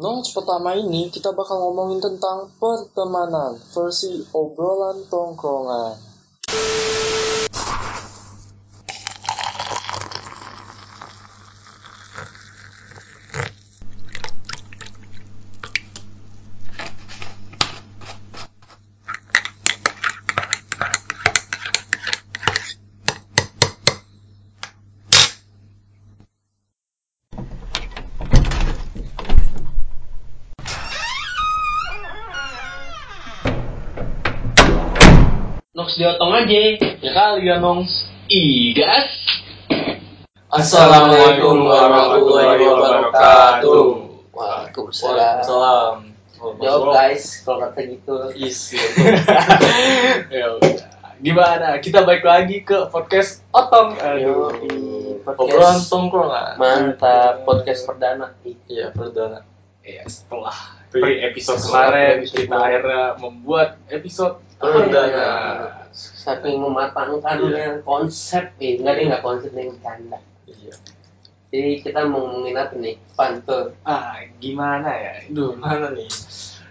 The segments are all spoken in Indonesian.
Notch pertama ini kita bakal ngomongin tentang pertemanan versi obrolan tongkrongan. Nox diotong aja. Ya kali ya Nox. Igas. Assalamualaikum warahmatullahi wabarakatuh. Waalaikumsalam. Waalaikumsalam. Jawab guys, kalau kata gitu. Isi. Ya udah. Gimana? Kita balik lagi ke podcast Otong. Aduh. Yoi, podcast. Obrolan tongkrongan. Mantap, podcast perdana. Iya, perdana. Ya setelah Dari episode Kemarin episode kita kemarin. akhirnya membuat episode Iya. perdana. ah, Saking mematangkannya konsep, eh, enggak deh enggak konsep yang bercanda. Iya. Jadi kita mau ngomongin apa nih? Pantun. Ah, gimana ya? Aduh, mana nih?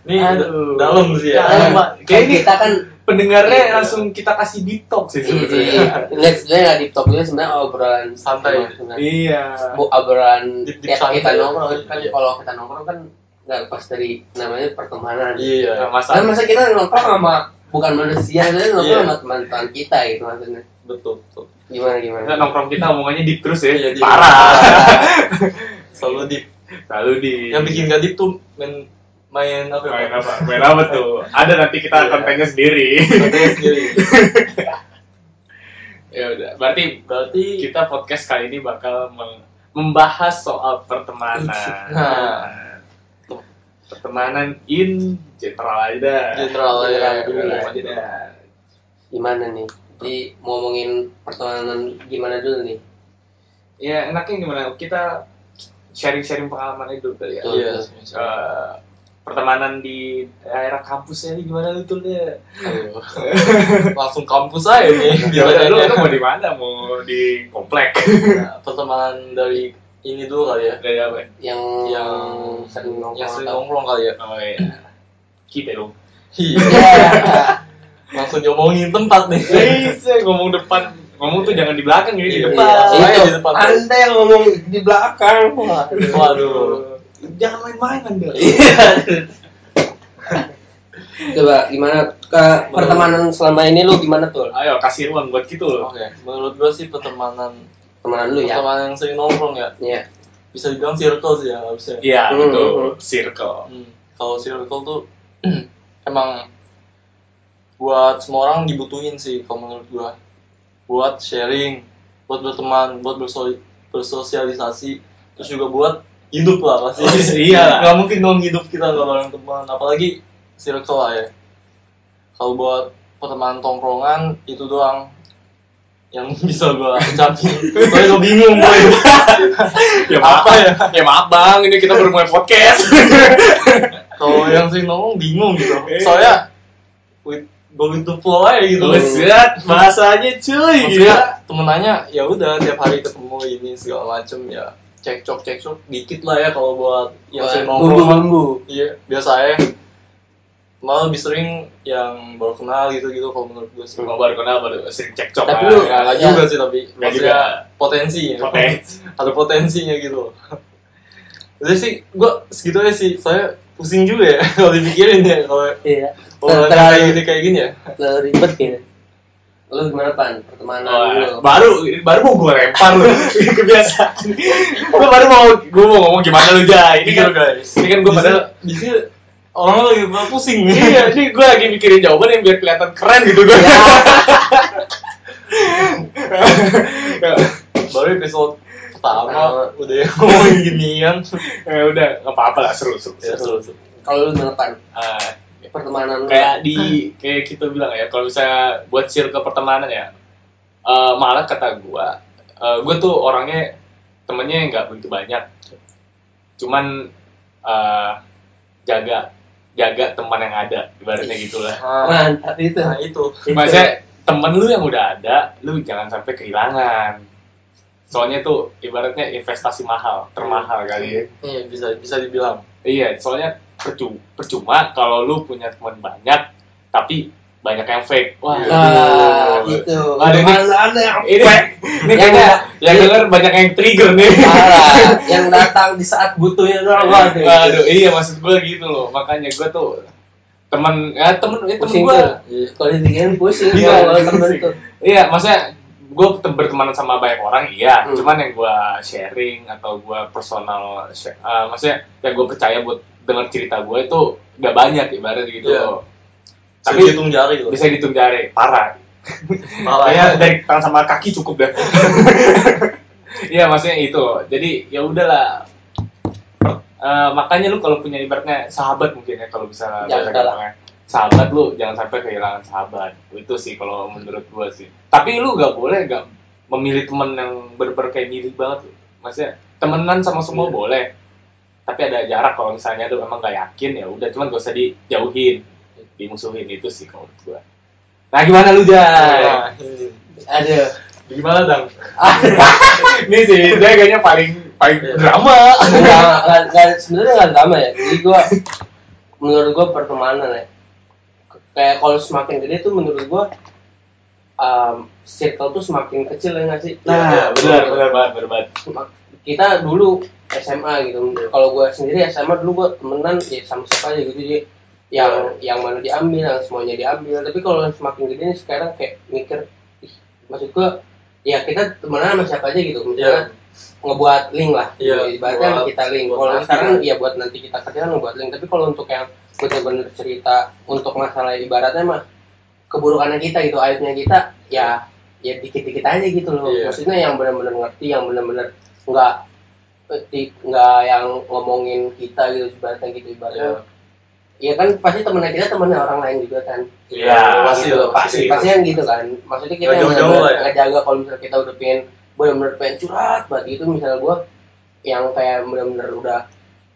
Ini Aduh. dalam sih ya. Dalam, Pak. Kayak ini- Kan kita kan Pendengarnya Iya. langsung kita kasih Iya, detox sih sebenarnya. ini eh, enggak sebenarnya nggak di top itu sebenarnya obrolan Santai. Maksudnya, Iya. Bu obrolan Dip- dip ya, kita santai. nongkrong kan Iya. kalau kita nongkrong kan nggak lepas dari namanya pertemanan. Iya. Nah, masa Kan masa kita nongkrong sama bukan manusia, kita nongkrong Iya. sama teman-teman kita gitu maksudnya. Betul, betul. Gimana gimana? Nggak, nongkrong kita omongannya deep terus ya. Iya, deep. Parah. Selalu deep. Lalu di Yang bikin gak deep tuh main main apa? ya, main Pak? apa? Main apa tuh? Ada nanti kita Iya. kontennya sendiri. Kontennya sendiri. ya udah, berarti Berarti kita podcast kali ini bakal meng- membahas soal pertemanan. Nah. Pertemanan in general aja. dah. general ya. General dulu General ya. aja dah. Gimana nih? Jadi mau ngomongin pertemanan gimana dulu nih? Ya enaknya gimana? Kita sharing-sharing pengalaman itu kali ya. Betul. Iya. Eh, pertemanan di daerah kampusnya ini gimana lu Iya. tuh deh? Aduh. Langsung kampus aja nih. Ya udah, lu, lu Gimana mau di mana? Mau di komplek? pertemanan dari ini dulu kali ya. Dari apa? Yang Yang Hmm, sering nongkrong Yang sering atau- nongkrong kali ya. Oh iya. Kita dong. Iya. Iya. Langsung diomongin tempat nih. Eh, saya ngomong depan, ngomong tuh jangan di belakang ya di Iya. depan. Iya. Iya, Soalnya itu di depan. Anda yang ngomong di belakang. Wah. Waduh. Jangan main-main Anda. Coba gimana ke pertemanan selama ini lu gimana tuh? Ayo kasih ruang buat gitu loh. Oke, menurut gua sih pertemanan Pertemanan lu ya? pertemanan yang sering nongkrong ya Iya. bisa dibilang circle sih ya harusnya. Iya, Hmm. betul. Circle. Hmm, Kalau circle tuh emang buat semua orang dibutuhin sih kalau menurut gua. Buat sharing, buat berteman, buat berso- bersosialisasi, terus juga buat hidup lah pasti. Oh, iya lah. Nggak mungkin dong hidup kita nggak bareng teman, apalagi circle lah ya. Kalau buat pertemanan tongkrongan itu doang yang bisa gua ucapin. Soalnya gua bingung gua hidup Ya maaf, apa ya. ya maaf bang, ini kita baru mulai podcast. kalau yang sering ngomong bingung gitu soalnya with, go with the flow aja gitu Buset, bahasanya cuy. maksudnya temenannya ya udah tiap hari ketemu ini segala macem ya cekcok cekcok dikit lah ya kalau buat yang sering nongkrong Bumbu-bumbu. iya biasa aja malah lebih sering yang baru kenal gitu gitu kalau menurut gue sih Gua baru kenal baru sering kan. cekcok. Tapi lah. lu- Nggak- nggak Iya. juga sih tapi Nggak maksudnya juga. potensi ya Potensi. ada potensinya gitu jadi sih gue segitu aja sih saya pusing juga ya kalau dipikirin ya kalau Iya. Nah, Oh, kayak Terlalu gini kayak gini ya? terlalu ribet gitu. Lu gimana pan? Pertemanan Oh, Wah, lu? iya. baru baru mau gue lempar lu kebiasaan lu baru mau gue mau ngomong gimana lu Iya. Jai ini kan guys. ini kan gue padahal bisa orang lagi pada pusing nih. iya ini gue lagi mikirin jawaban yang biar kelihatan keren gitu Iya. gue Baru episode pertama Nah, Pertama. udah yang ngomongin ginian. ya udah nggak apa-apa lah seru seru, Ya Iya, Iya, seru. seru seru. Kalau lu gimana pan? Ah, Pertemanan lu? kayak di kayak kita bilang ya kalau misalnya buat circle pertemanan ya eh, malah kata gue gue tuh orangnya temennya nggak begitu banyak cuman eh, jaga jaga teman yang ada ibaratnya gitulah Nah, mantap itu. nah itu. Itu. maksudnya temen lu yang udah ada lu jangan sampai kehilangan soalnya itu ibaratnya investasi mahal termahal kali ya Iya bisa bisa dibilang. Iya, soalnya percu- percuma kalau lu punya teman banyak, tapi banyak yang fake. Wah, Iya. Nah, aduh. itu. Ada nih. Mana-mana yang ini, ini Yang kayaknya udah- yang ini- denger banyak yang trigger nih. parah. yang datang di saat butuhnya doang. Waduh. Aduh, iya maksud gue gitu loh. Makanya gue tuh temen, ya temen, ya temen Pusing gue. tuh. Iya. Kalau dibikin pusing Iya, kalau pusing. temen tuh. Iya, maksudnya gue berteman sama banyak orang, iya. Hmm. Cuman yang gue sharing atau gue personal, sh- eh, maksudnya yang gue percaya buat dengar cerita gue itu gak banyak ibarat gitu Iya. loh. Bisa Tapi- dihitung jari loh. Nah, Bisa Iya, dihitung jari, parah. Malah Kayaknya dari tangan sama kaki cukup ya. dah. Iya maksudnya itu. Jadi ya udahlah. Per- eh, makanya lu kalau punya ibaratnya sahabat mungkin ya kalau misalnya Jangan bahasa kalah. gampangnya. sahabat lu jangan sampai kehilangan sahabat itu sih kalau menurut gua sih tapi lu gak boleh gak memilih temen yang bener-bener kayak diri banget lu. maksudnya temenan sama semua Iya. boleh tapi ada jarak kalau misalnya lu emang gak yakin ya udah cuman gak usah dijauhin dimusuhin itu sih kalau menurut gua nah gimana lu Jay? Nah, ini. Aduh. Ah, Gimana dong? Ini sih, dia kayaknya paling paling Iya. drama. Enggak, enggak, enggak, sebenarnya nggak drama ya. Jadi gua menurut gua pertemanan ya. Kayak kalau semakin gede tuh menurut gua um, circle tuh semakin kecil ya nggak sih? Iya, Nah, benar, benar banget, benar banget. kita dulu SMA gitu Iya. kalau gue sendiri SMA dulu gue temenan ya sama siapa aja gitu jadi Iya. yang yang mana diambil yang semuanya diambil tapi kalau semakin gede nih sekarang kayak mikir ih, maksud gue ya kita temenan sama siapa aja gitu misalnya Iya. ngebuat link lah Iya, ibaratnya buat- kita link buat kalau nanti sekarang kan. ya buat nanti kita kerja ngebuat link tapi kalau untuk yang bener-bener cerita untuk masalah ibaratnya mah keburukannya kita gitu aibnya kita ya ya dikit-dikit aja gitu loh Iya. maksudnya yang benar-benar ngerti yang benar-benar nggak eh, di- nggak yang ngomongin kita gitu ibaratnya gitu Iya. ibaratnya ya kan pasti temennya kita temennya orang lain juga kan Iya, pasti gitu. lah, pasti pasti. pasti kan gitu kan maksudnya kita Nggak yang jauh-jauh benar-benar lah ya. ngejaga kalau misalnya kita udah pengen benar-benar pengen curhat banget gitu misalnya gua yang kayak benar-benar udah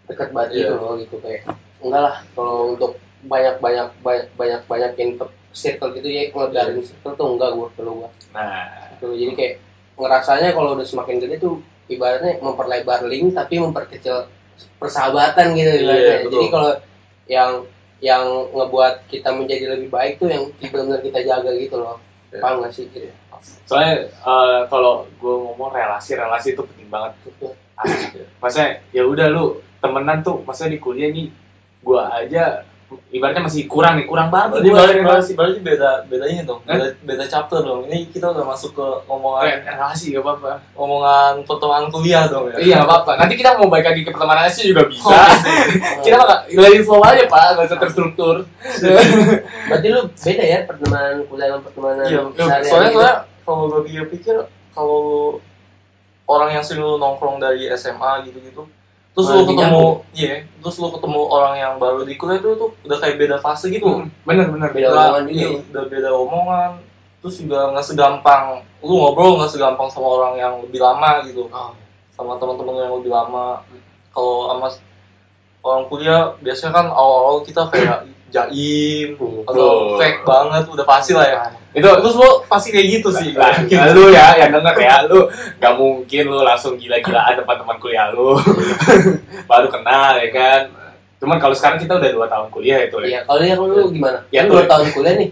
deket banget Iya. gitu loh gitu kayak enggak lah kalau untuk banyak banyak banyak banyak banyakin ke- circle gitu ya ngelebarin Iya. circle tuh enggak gua perlu gua Nah, gitu. jadi kayak ngerasanya kalau udah semakin gede tuh ibaratnya memperlebar link tapi memperkecil persahabatan gitu ibaratnya. Iya, betul. jadi kalau yang yang ngebuat kita menjadi lebih baik tuh yang benar-benar kita jaga gitu loh Iya. paham gak sih gitu soalnya eh, kalau gue ngomong relasi, relasi itu penting banget. Gitu. Asli. Maksudnya ya udah lu temenan tuh, maksudnya di kuliah nih gue aja ibaratnya masih kurang nih, kurang banget Berarti nih gua berarti relasi. berarti, berarti beda beda ini dong. Hah? Beda, beda chapter dong. Ini kita udah masuk ke Eh, omongan relasi gak apa-apa. omongan pertemuan kuliah dong ya. Iya, gak apa-apa. Nanti kita mau balik lagi ke pertemanan sih juga bisa. Oh, kita bakal ngelain flow aja, Pak. Gak usah terstruktur. berarti lu beda ya pertemanan kuliah sama pertemanan Iya, sehari-hari soalnya gitu. soalnya kalau gue pikir-pikir kalau lu orang yang sering lu nongkrong dari SMA gitu-gitu terus Malah lu lebih ketemu iya terus lu ketemu orang yang baru di kuliah itu tuh udah kayak beda fase gitu Bener, bener. Hmm, Beda Udah- omongan iya, juga. udah beda omongan terus juga nggak segampang lu ngobrol nggak segampang sama orang yang lebih lama gitu Oh. sama teman-teman lu yang lebih lama kalau sama s- orang kuliah biasanya kan awal-awal kita kayak jaim atau Betul. fake banget udah pasti lah ya Itu terus lo pasti kayak gitu sih Nah, Gitu. lu ya yang denger ya lu gak mungkin lu langsung gila-gilaan depan teman kuliah lu baru kenal ya kan cuman kalau sekarang kita udah dua tahun kuliah itu ya Iya, kalau yang lu gimana? Ya, lu dua tuh. tahun kuliah nih,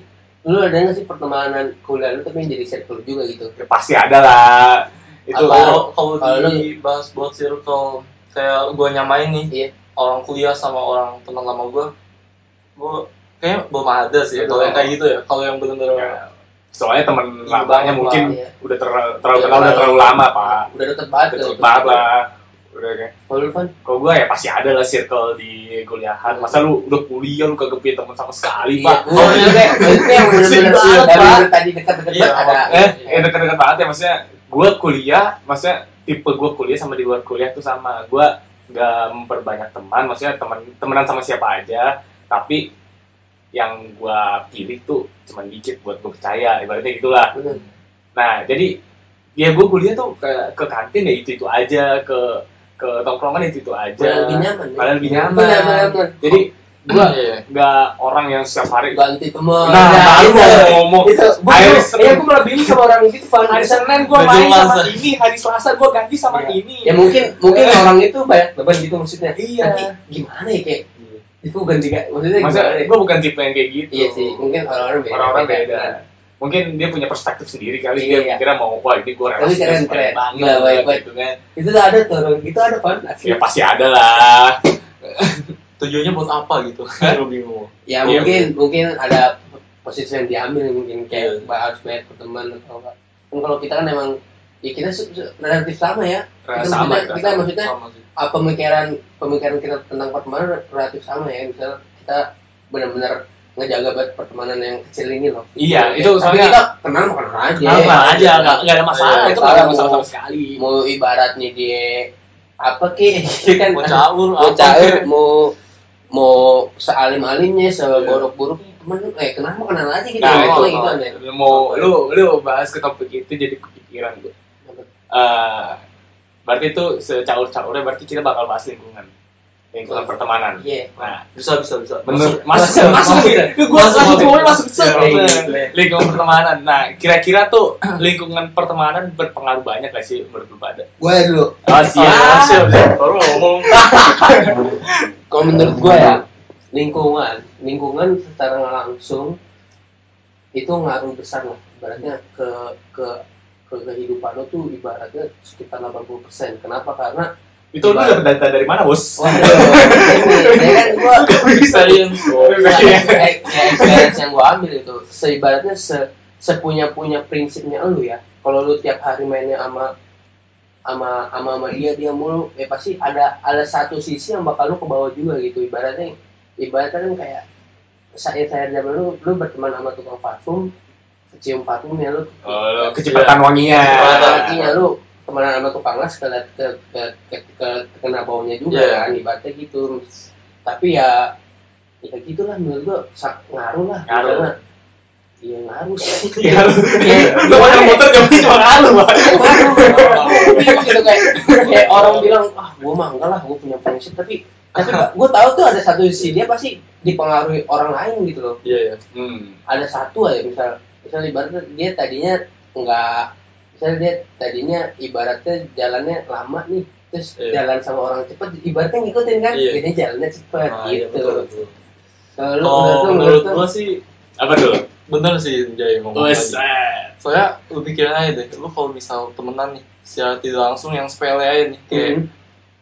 lu ada nggak sih pertemanan kuliah lu tapi yang jadi circle juga gitu? Ya, pasti ada lah itu Apa? kalau kalau Kalau dibahas buat circle kayak gue nyamain nih Iya. orang kuliah sama orang teman lama gue gue kayaknya belum ada sih ya, Belum. kalau yang kayak gitu ya kalau yang bener-bener Ya, soalnya temen Iya, lamanya banget, mungkin Pak. udah terlalu terlalu Iya, kenal udah iya. terlalu lama Ah. pak Udah deket banget. kecil tuh. banget lah udah kan Kalau lu kan? kalau gue ya pasti ada lah circle di kuliahan masa lu udah kuliah lu kagak punya teman sama sekali Iya, pak oh, iya, kayak- maksudnya yang bener-bener Pusing banget, dari Pak. lu tadi dekat-dekat Iya, banget ada. eh eh, dekat-dekat banget ya maksudnya gue kuliah maksudnya tipe gue kuliah sama di luar kuliah tuh sama gue nggak memperbanyak teman maksudnya teman temenan sama siapa aja tapi yang gue pilih tuh cuman dikit buat gue percaya ibaratnya gitulah Bener. nah jadi ya gue kuliah tuh ke ke kantin ya itu itu aja ke ke tongkrongan itu itu aja Malah lebih nyaman, ya. Malah lebih nyaman. Bener, bener, bener. jadi gue Iya. nggak orang yang setiap hari ganti teman Nah, baru itu. mau ngomong. Iya. itu gua, Hari gua, Senin. iya gua malah bingung sama orang gitu Van. hari Senin gue Gak main jelas, sama ah. ini hari Selasa gue ganti sama Iya. ini ya mungkin mungkin orang itu banyak beban gitu maksudnya Eh. Iya. tapi gimana ya kayak itu ganti gak maksudnya masa gimana ya? gue bukan tipe yang kayak gitu iya sih mungkin orang-orang beda orang-orang beda mungkin dia punya perspektif sendiri Iya, kali iya. dia kira mau wah ini gue Tapi relasi keren, keren. Iya, Gila, baik, baik. gitu kan itu tuh ada tuh orang gitu ada pan ya pasti ada lah Tujuannya buat apa gitu? Gue bingung. ya Iya, mungkin mungkin ada posisi yang diambil mungkin kayak Iya. bah- harus banyak berteman atau enggak kan kalau kita kan emang ya kita se- se- relatif sama ya Relatif Kita sama, maksudnya- kita kita sama. maksudnya Sama sih. apa pemikiran pemikiran kita tentang pertemanan relatif sama ya misalnya kita benar-benar ngejaga buat pertemanan yang kecil ini loh Iya, itu Tapi soalnya- kita kenal mah kenal aja Kenapa aja nggak nggak ada masalah Iya, itu nggak ada mau- masalah sama sekali mau ibaratnya dia apa ki Dia kan Mau caur, mau apa, caur kek. mau mau sealim alimnya seborok boroknya temen eh kenapa kenal aja gitu Nah, Ngomong itu, gitu ada Lu mau lu lu bahas ke topik itu jadi kepikiran gue Eh, berarti itu secaur-caurnya berarti kita bakal bahas lingkungan lingkungan pertemanan iya nah Bisa, bisa, bisa. menurut masuk, masuk masuk, masuk gitu. gue langsung Masuk. ngomongnya masuk set, Iya, bener. iya. lingkungan pertemanan nah kira-kira tuh lingkungan pertemanan berpengaruh banyak gak sih menurut lu pada gue dulu oh Ah, siap, siap. Baru ngomong. kalau menurut gue ya lingkungan lingkungan secara nggak langsung itu ngaruh besar lah ibaratnya ke ke ke kehidupan lo tuh ibaratnya sekitar 80% kenapa karena itu lu dapet data dari mana bos waduh ini ya kan gua Experience. Nah, eh, ya, experience yang gue ambil itu seibaratnya se sepunya punya prinsipnya lu ya kalau lu tiap hari mainnya sama sama sama sama dia dia mulu ya pasti ada ada satu sisi yang bakal lu ke bawah juga gitu ibaratnya ibaratnya kan kayak saya saya zaman lu lu berteman sama tukang parfum kecium parfumnya lu oh, kecepatan wanginya Iya, Apalagi ya lu temenan sama tukang las ke, ke, ke, ke, ke- kena baunya juga Iya. kan ibaratnya gitu tapi ya ya gitulah menurut gua sa- ngaruh lah Ngaruh. Karena- iya ngaruh sih Iya, lu lu banyak motor jawabannya cuma ngaruh Pak. Ngaruh. Bingung gitu kayak kayak orang bilang ah gua mah enggak lah gua punya prinsip tapi tapi gua tahu tuh ada satu sisi dia pasti dipengaruhi orang lain gitu loh Iya, iya. hmm. ada satu aja misal misal ibaratnya dia tadinya nggak misal dia tadinya ibaratnya jalannya lama nih terus Iya. jalan sama orang cepet ibaratnya ngikutin kan Iya. jadi jalannya cepet Nah, iya, gitu betul, betul. kalau lu Kalau menurut Oh, menurut lu gua sih apa tuh bener sih Jaya Oh, ngomong Wes, tadi. eh. Soalnya lu pikirin aja deh, lu kalau misal temenan nih, secara tidak langsung yang sepele aja nih, kayak Hmm.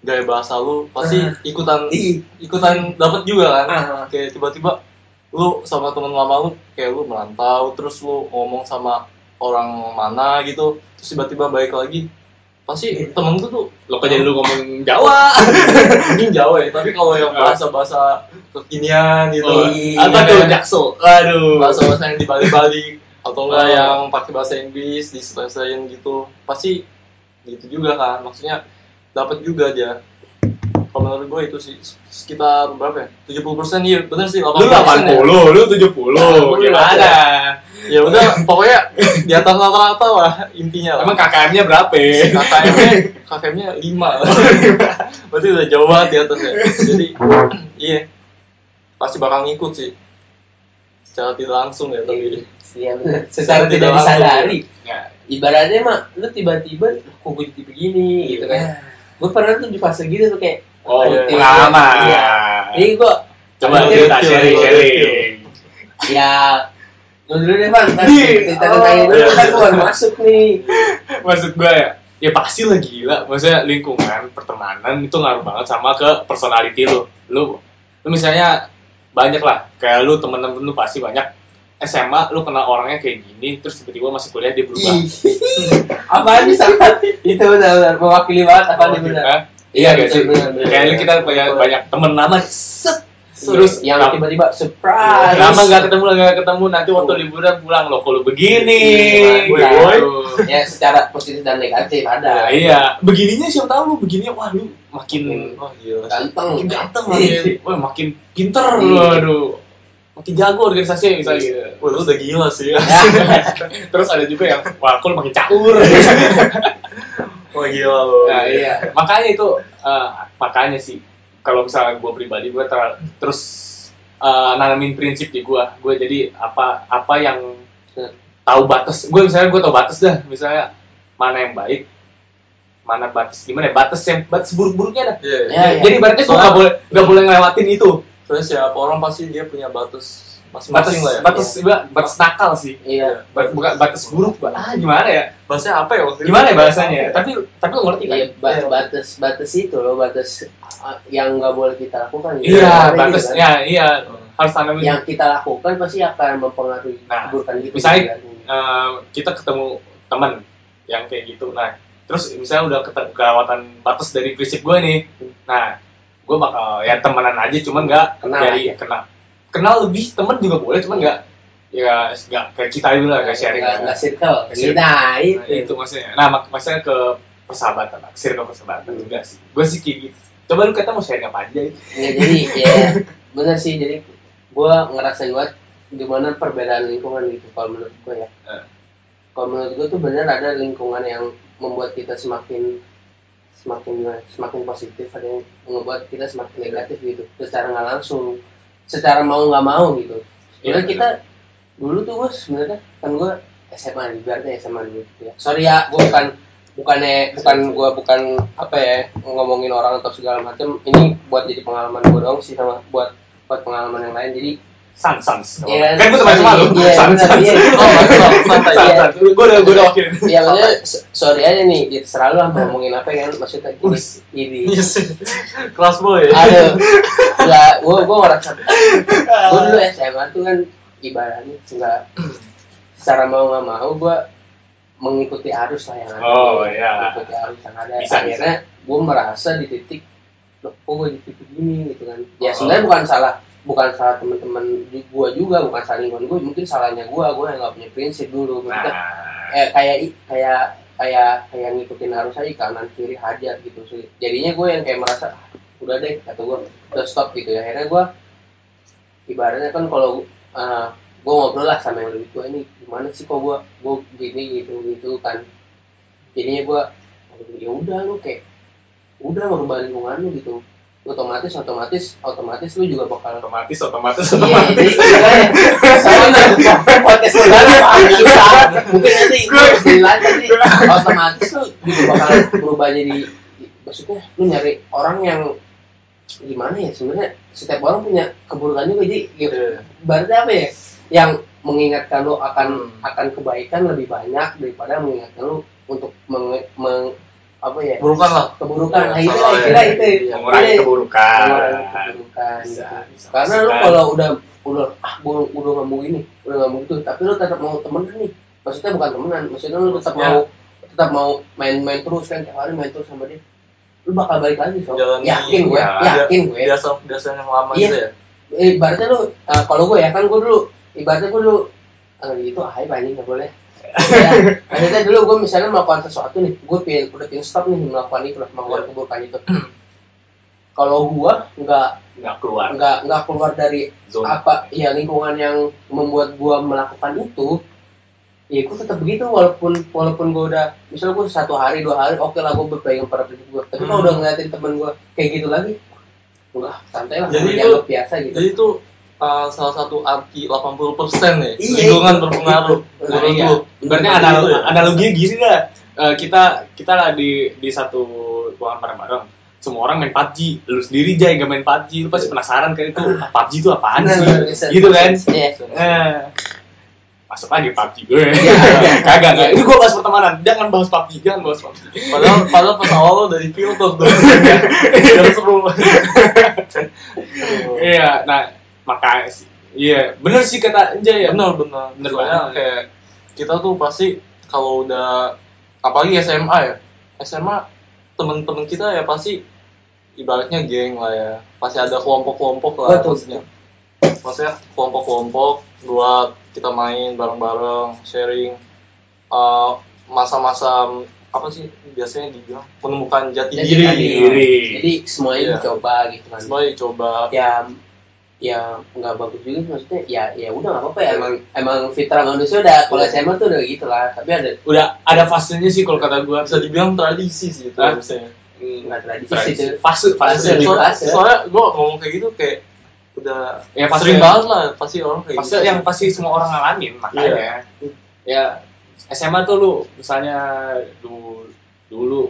gaya bahasa lu pasti Ah. ikutan Ih. ikutan dapat juga kan Ah. kayak tiba-tiba lu sama temen lama lu kayak lu merantau terus lu ngomong sama orang mana gitu terus tiba-tiba baik lagi pasti Iya. temen lu tuh lo kok jadi lu ngomong Jawa mending Jawa ya tapi kalau yang bahasa-bahasa kekinian gitu Oh, Iya. apa tuh Jaksel aduh bahasa-bahasa yang dibalik-balik atau enggak Oh. yang pakai bahasa Inggris diselesain gitu pasti gitu juga kan maksudnya dapat juga dia kalau menurut gue itu sih sekitar berapa ya 70 persen iya bener sih 80 lu 80 lu 70 gimana ya udah pokoknya di atas rata-rata lah intinya lah. emang KKM-nya berapa KKM-nya KKM-nya 5 berarti udah jauh banget di atas ya jadi iya pasti bakal ngikut sih secara tidak langsung ya tapi iya benar secara tidak langsung. disadari Nggak. ibaratnya mah lu tiba-tiba kok gue jadi begini gitu kan gue pernah tuh di fase gitu tuh kayak oh Iya. pengalaman Iya. jadi gue coba Iya. cerita Iya. sharing Iya. sharing ya lu dulu deh Van Ntar Iya. Ih, cerita tentang oh. itu kan gue baru masuk nih maksud gue ya ya pasti lah gila maksudnya lingkungan pertemanan itu ngaruh banget sama ke personality lu lu lu misalnya banyak lah kayak lu temen-temen lu pasti banyak SMA lu kenal orangnya kayak gini terus tiba-tiba masih kuliah dia berubah Apaan sih Sarpat? Itu benar-benar mewakili banget apa nih benar. Hah? Oh, iya gak benar, sih benar, benar. kayaknya kita banyak banyak temen lama set terus yang lama- tiba-tiba surprise. lama nggak ketemu lama nggak ketemu nanti waktu liburan pulang loh kalau begini Iya, Woy. Ya secara positif dan negatif Nah, ada. iya Hmm. begininya siapa tahu lu begininya wah lu makin wah Oh, gila Ganteng. makin ganteng makin wah makin pinter Iya. aduh makin jago organisasi misalnya gitu. Wah, lu udah gila sih ya. terus ada juga yang wah kok lu makin caur Wah, gila lu. nah iya makanya itu eh, makanya sih kalau misalnya gue pribadi gue ter- terus eh, nanamin prinsip di gua gua jadi apa apa yang tahu batas gue misalnya gue tahu batas dah misalnya mana yang baik mana batas gimana ya batas yang batas buruk-buruknya dah Iya. Ya, ya. jadi berarti gue nggak Soalnya- boleh nggak boleh ngelewatin itu Soalnya siapa orang pasti dia punya batas batas masing-masing lah ya. batas ba- batas nakal sih iya Ba- bukan batas buruk Pak. ah gimana ya Bahasanya apa ya waktu itu? gimana ya bahasanya ya? tapi tapi lo ngerti kan iya ba- batas batas itu loh batas uh, yang nggak boleh kita lakukan gitu. iya Karena gitu batas kan, ya iya harus tanamin yang kita lakukan pasti akan mempengaruhi Nah, keburukan gitu misalnya- kan. Eh, kita ketemu temen yang kayak gitu nah terus misalnya udah kete- kelewatan batas dari prinsip gue nih nah gue bakal ya temenan aja cuman nggak Kenal dari kenal kenal lebih temen juga boleh cuman nggak ya nggak kayak kita dulu lah kayak sharing nggak nggak circle Nggak circle. nah Nah, itu itu maksudnya nah mak maksudnya ke persahabatan lah, circle persahabatan Hmm. juga sih gue sih kayak gitu coba lu kata mau sharing apa aja Nggak, jadi ya bener sih jadi gue ngerasain banget gimana perbedaan lingkungan gitu kalau menurut gue ya Eh. kalau menurut gue tuh bener ada lingkungan yang membuat kita semakin semakin gimana, semakin positif ada yang membuat kita semakin negatif gitu secara nggak langsung secara mau nggak mau gitu Iya, Sebenarnya kita dulu tuh gue sebenarnya kan gue SMA nih, ibaratnya SMA dulu gitu ya. Sorry ya, gue bukan bukannya bukan gue bukan apa ya ngomongin orang atau segala macam. Ini buat jadi pengalaman gue doang sih sama buat buat pengalaman yang lain. Jadi sans sans Iya, kan gue teman sama lu iya, sans benar, sans iya. oh sans Santai, iya. sans gue udah gue udah wakilin ya maksudnya so- sorry aja nih, ya, terserah lu lah mau ngomongin apa kan maksudnya gini. Us. Ini. Iya sih. Kelas boy. Aduh, nggak, gue gue ngerasa gue dulu SMA tuh kan ibaratnya nggak secara mau nggak mau gue mengikuti arus lah yang ada Oh, iya. mengikuti arus yang ada Bisa, akhirnya gue merasa di titik loh kok gue di titik gini gitu kan ya Oh. sebenarnya bukan salah bukan salah teman-teman gue juga bukan salah lingkungan gue mungkin salahnya gue gue yang nggak punya prinsip dulu Maksudnya, Nah, eh, kayak i- kayak kayak kayak ngikutin arus aja kanan kiri hajar gitu sih jadinya gue yang kayak merasa "Ah, udah deh kata gue udah stop gitu ya akhirnya gue ibaratnya kan kalau eh, gue ngobrol lah sama yang lebih tua ini gimana sih kok gue gue gini gitu gitu kan jadinya gue ya udah lu kayak udah merubah lingkungan lu gitu otomatis otomatis otomatis lu juga bakal otomatis otomatis Iya, otomatis jadi sebenarnya- soalnya Iya, bukan podcast lu lagi, Pak. Kita, mungkin nanti gue bilang tadi otomatis lu juga bakal berubah jadi maksudnya lu nyari orang yang gimana ya sebenarnya setiap orang punya keburukan juga jadi ya, berarti apa ya yang mengingatkan lu akan Hmm. akan kebaikan lebih banyak daripada mengingatkan lu untuk meng, meng- apa ya Burukan lah. keburukan nah, itu Oh, kira iya. itu mengurangi Iya. keburukan Mengurangi keburukan Bisa, gitu bisa. karena lu Bisa. kalau udah udah ah gua udah nggak mau ini udah nggak mau itu tapi lu tetap mau temenan nih maksudnya bukan temenan maksudnya lu tetap Ya. Maksudnya- mau tetap mau main-main terus kan tiap hari main terus sama dia lu bakal balik lagi so Jalan yakin gue ya. yakin gue Biasa biasa yang lama Iya. gitu ya. ibaratnya lu eh, kalau gue ya kan gue dulu ibaratnya gue dulu eh, itu ahai banyak nggak boleh ya, maksudnya dulu gue misalnya melakukan sesuatu nih gue pengen udah pengen stop nih melakukan itu lah Ya. melakukan keburukan itu kalau gue nggak nggak keluar nggak nggak keluar dari zona apa ya lingkungan yang membuat gua melakukan itu ya gua tetap begitu walaupun walaupun gua udah misalnya gua satu hari dua hari oke lah gua berpegang pada prinsip gua tapi kalau Hmm. udah ngeliatin temen gua kayak gitu lagi udah santai lah Jadi gua itu- dianggap biasa gitu Jadi itu uh, salah satu arti 80% nih. Iya, lingkungan iya. berpengaruh. Iya. Nah, Menurut iya. lu. Ibaratnya Menurut anal lu ya? analoginya gini dah. Eh, kita kita lah di di satu ruangan bareng-bareng. Semua orang main PUBG, lu sendiri jay gak main PUBG, lu pasti penasaran kan itu ah, PUBG itu apaan Bener, sih? bener, bisa. gitu kan? Iya. Eh, masuk lagi PUBG Iya, gue. iya. Kagak, Iya. kagak. Ini gue bahas pertemanan, jangan bahas PUBG, jangan bahas PUBG. Padahal padahal pas awal lo dari filter tuh. Jangan seru. Iya, nah makanya sih. Iya, bener sih kata Enjay ya. Benar benar. Bener Soalnya banget. kayak kita tuh pasti kalau udah apalagi SMA ya. SMA teman-teman kita ya pasti ibaratnya geng lah ya. Pasti ada kelompok-kelompok lah Betul. maksudnya. Maksudnya kelompok-kelompok buat kita main bareng-bareng, sharing eh, masa-masa apa sih biasanya dibilang menemukan jati Jati diri. diri. jadi semuanya Iya. dicoba gitu kan Semuanya coba ya ya nggak bagus juga sih, maksudnya ya ya udah nggak apa-apa ya emang emang fitrah manusia udah kalau Iya. SMA tuh udah gitu lah tapi ada Udah ada fasenya sih kalau kata gue. bisa dibilang tradisi sih itu Hah? biasanya. nggak tradisi Tradisi. sih Fase, fase. Fase. Soalnya, Fase. soalnya gue ngomong kayak gitu kayak udah Ya, pasti- sering banget lah pasti orang kayak gitu. pasti yang pasti semua orang ngalamin makanya ya SMA tuh lu misalnya dulu dulu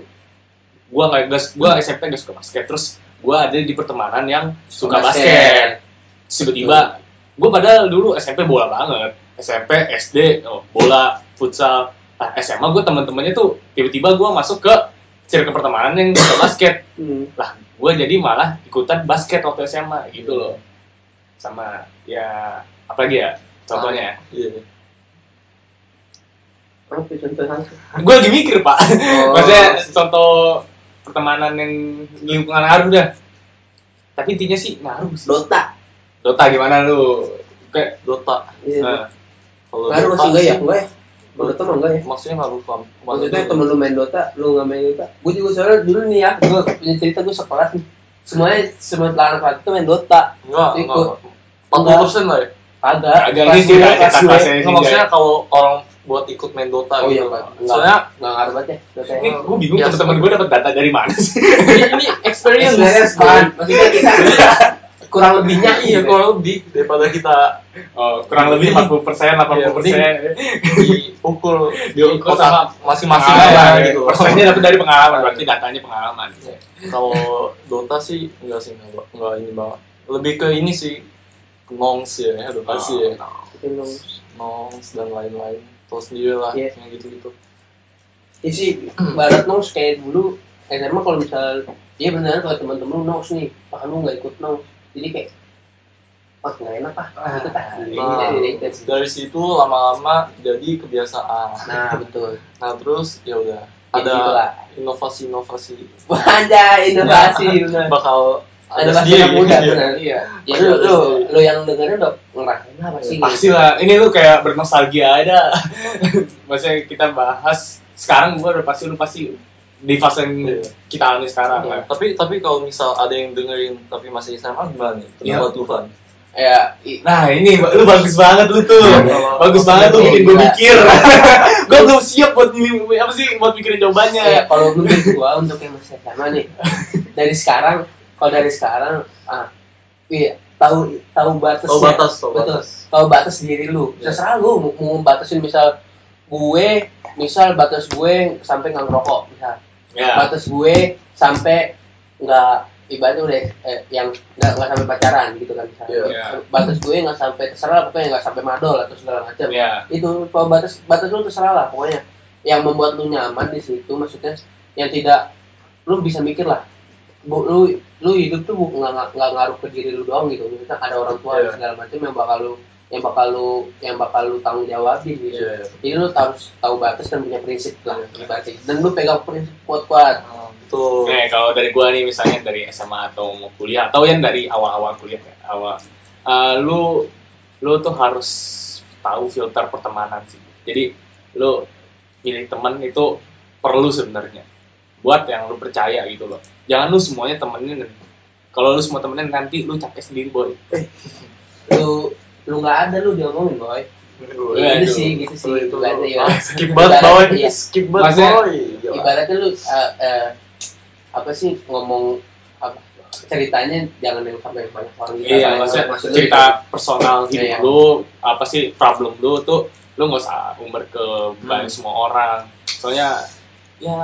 gua nggak gas gua SMP gak suka basket terus gua ada di pertemanan yang suka basket, Terus tiba-tiba gua padahal dulu SMP bola banget SMP SD oh, bola futsal nah, SMA gua teman-temannya tuh tiba-tiba gua masuk ke circle pertemanan yang suka basket Hmm. lah gue jadi malah ikutan basket waktu SMA gitu loh sama ya apa lagi ya contohnya iya Apa contohnya? gue lagi mikir pak Oh. maksudnya contoh pertemanan yang lingkungan ngaruh dah tapi intinya sih ngaruh sih. Dota. Dota gimana lu kayak Dota Iya. eh, kalau Ngaruh Dota masih enggak ya? sih, Enggak ya? Kalau Dota mah enggak ya? maksudnya ngaruh kamu Maksudnya temen lu main Dota, lu nggak main Dota. Gue juga soalnya dulu nih ya, gue punya cerita gue sekelas nih. Semuanya semua anak-anak itu main Dota. enggak ikut. enggak empat puluh persen lah ya Kagak. Agak Kelas ini sih, gue, agak kelas gue. kakak saya. Enggak, maksudnya kalau orang buat ikut main Dota Oh iya, gitu Pak. soalnya Nggak ngaruh banget ya. Dota ini ya. gue bingung Ya, teman-teman gue dapat data dari mana sih ini, ini experience Experience banget. Maksudnya kita kurang lebihnya iya gitu. kurang lebih daripada kita oh, kurang lebih 40 persen 80 persen diukur Iya, Diukur otak sama masing-masing Ah, aja iya, gitu Iya. loh. persennya dapat dari pengalaman berarti datanya pengalaman kalau Dota sih enggak sih enggak, enggak ini banget lebih ke ini sih ke nongs ya Dota sih ya nongs dan lain-lain terus sendiri lah Iya. yang gitu-gitu Ya sih, barat nongs kayak dulu. Kayak emang kalau misal, dia beneran kalau teman-teman lu nongs nih, ah lu nggak ikut nongs. Jadi kayak, wah nggak enak ah, ikut ah. nah, Jadi, jadi, jadi. dari situ lama-lama jadi kebiasaan Nah betul. nah terus ya udah Ya, gitulah. ada inovasi-inovasi Ada inovasi bener. bakal Nah, ada bahasa anak gitu muda ya. benar iya ya Ada bahasa lu lu sendiri. lu yang dengerin udah ngerasain apa sih pasti lah ini lu kayak bernostalgia aja maksudnya kita bahas sekarang gua udah pasti lu pasti di fase yang Iya. kita alami sekarang Iya. kan tapi tapi kalau misal ada yang dengerin tapi masih sama gimana nih Iya. pendapat Tuhan ya i- nah ini ba- lu bagus banget lu tuh Iya. bagus banget tuh Iya. bikin gue mikir gue belum siap buat mi- apa sih buat mikirin jawabannya Iya. ya kalau menurut gua untuk yang masih sama nih dari sekarang kalau dari sekarang ah iya tahu tahu batas ya. Tahu batas, tahu Betul. batas. tahu batas diri lu Iya. terserah lu mau- mau batasin misal gue misal batas gue sampai nggak ngerokok misal ya batas gue sampai nggak ibaratnya udah eh, yang nggak nggak sampai pacaran gitu kan misalnya. Iya. Iya. batas gue nggak sampai terserah pokoknya nggak sampai madol atau segala macam Iya. itu kalau batas batas lu terserah lah pokoknya yang membuat lu nyaman di situ maksudnya yang tidak lu bisa mikir lah bu, lu lu hidup tuh bu- nggak nggak- nggak ngaruh ke diri lu doang gitu misalnya ada orang tua dan Iya. segala macam yang bakal lu yang bakal lu yang bakal lu tanggung jawabin gitu Iya, iya. jadi lu harus tahu batas dan punya prinsip lah ibaratnya dan lu pegang prinsip kuat-kuat betul Nah, kalau dari gua nih misalnya dari SMA atau mau kuliah atau yang dari awal-awal kuliah ya, awal Eh, lu lu tuh harus tahu filter pertemanan sih. Jadi lu pilih teman itu perlu sebenarnya buat yang lu percaya gitu loh. Jangan lu semuanya temenin kalau lu semua temenin nanti lu capek sendiri boy. lu lu nggak ada lu diomongin boy Waduh. gitu sih gitu sih Itu- ibaratnya ya Ah, skip banget boy Iya. Iya. skip banget Maksudnya- boy Gila. ibaratnya lu eh, eh, apa sih ngomong apa, ceritanya jangan yang sampai banyak orang gitu. Iya, Yang maksudnya maksud lu cerita personal hidup Iya. lu, apa sih problem lu tuh, lu nggak usah umbar ke banyak semua orang. Soalnya ya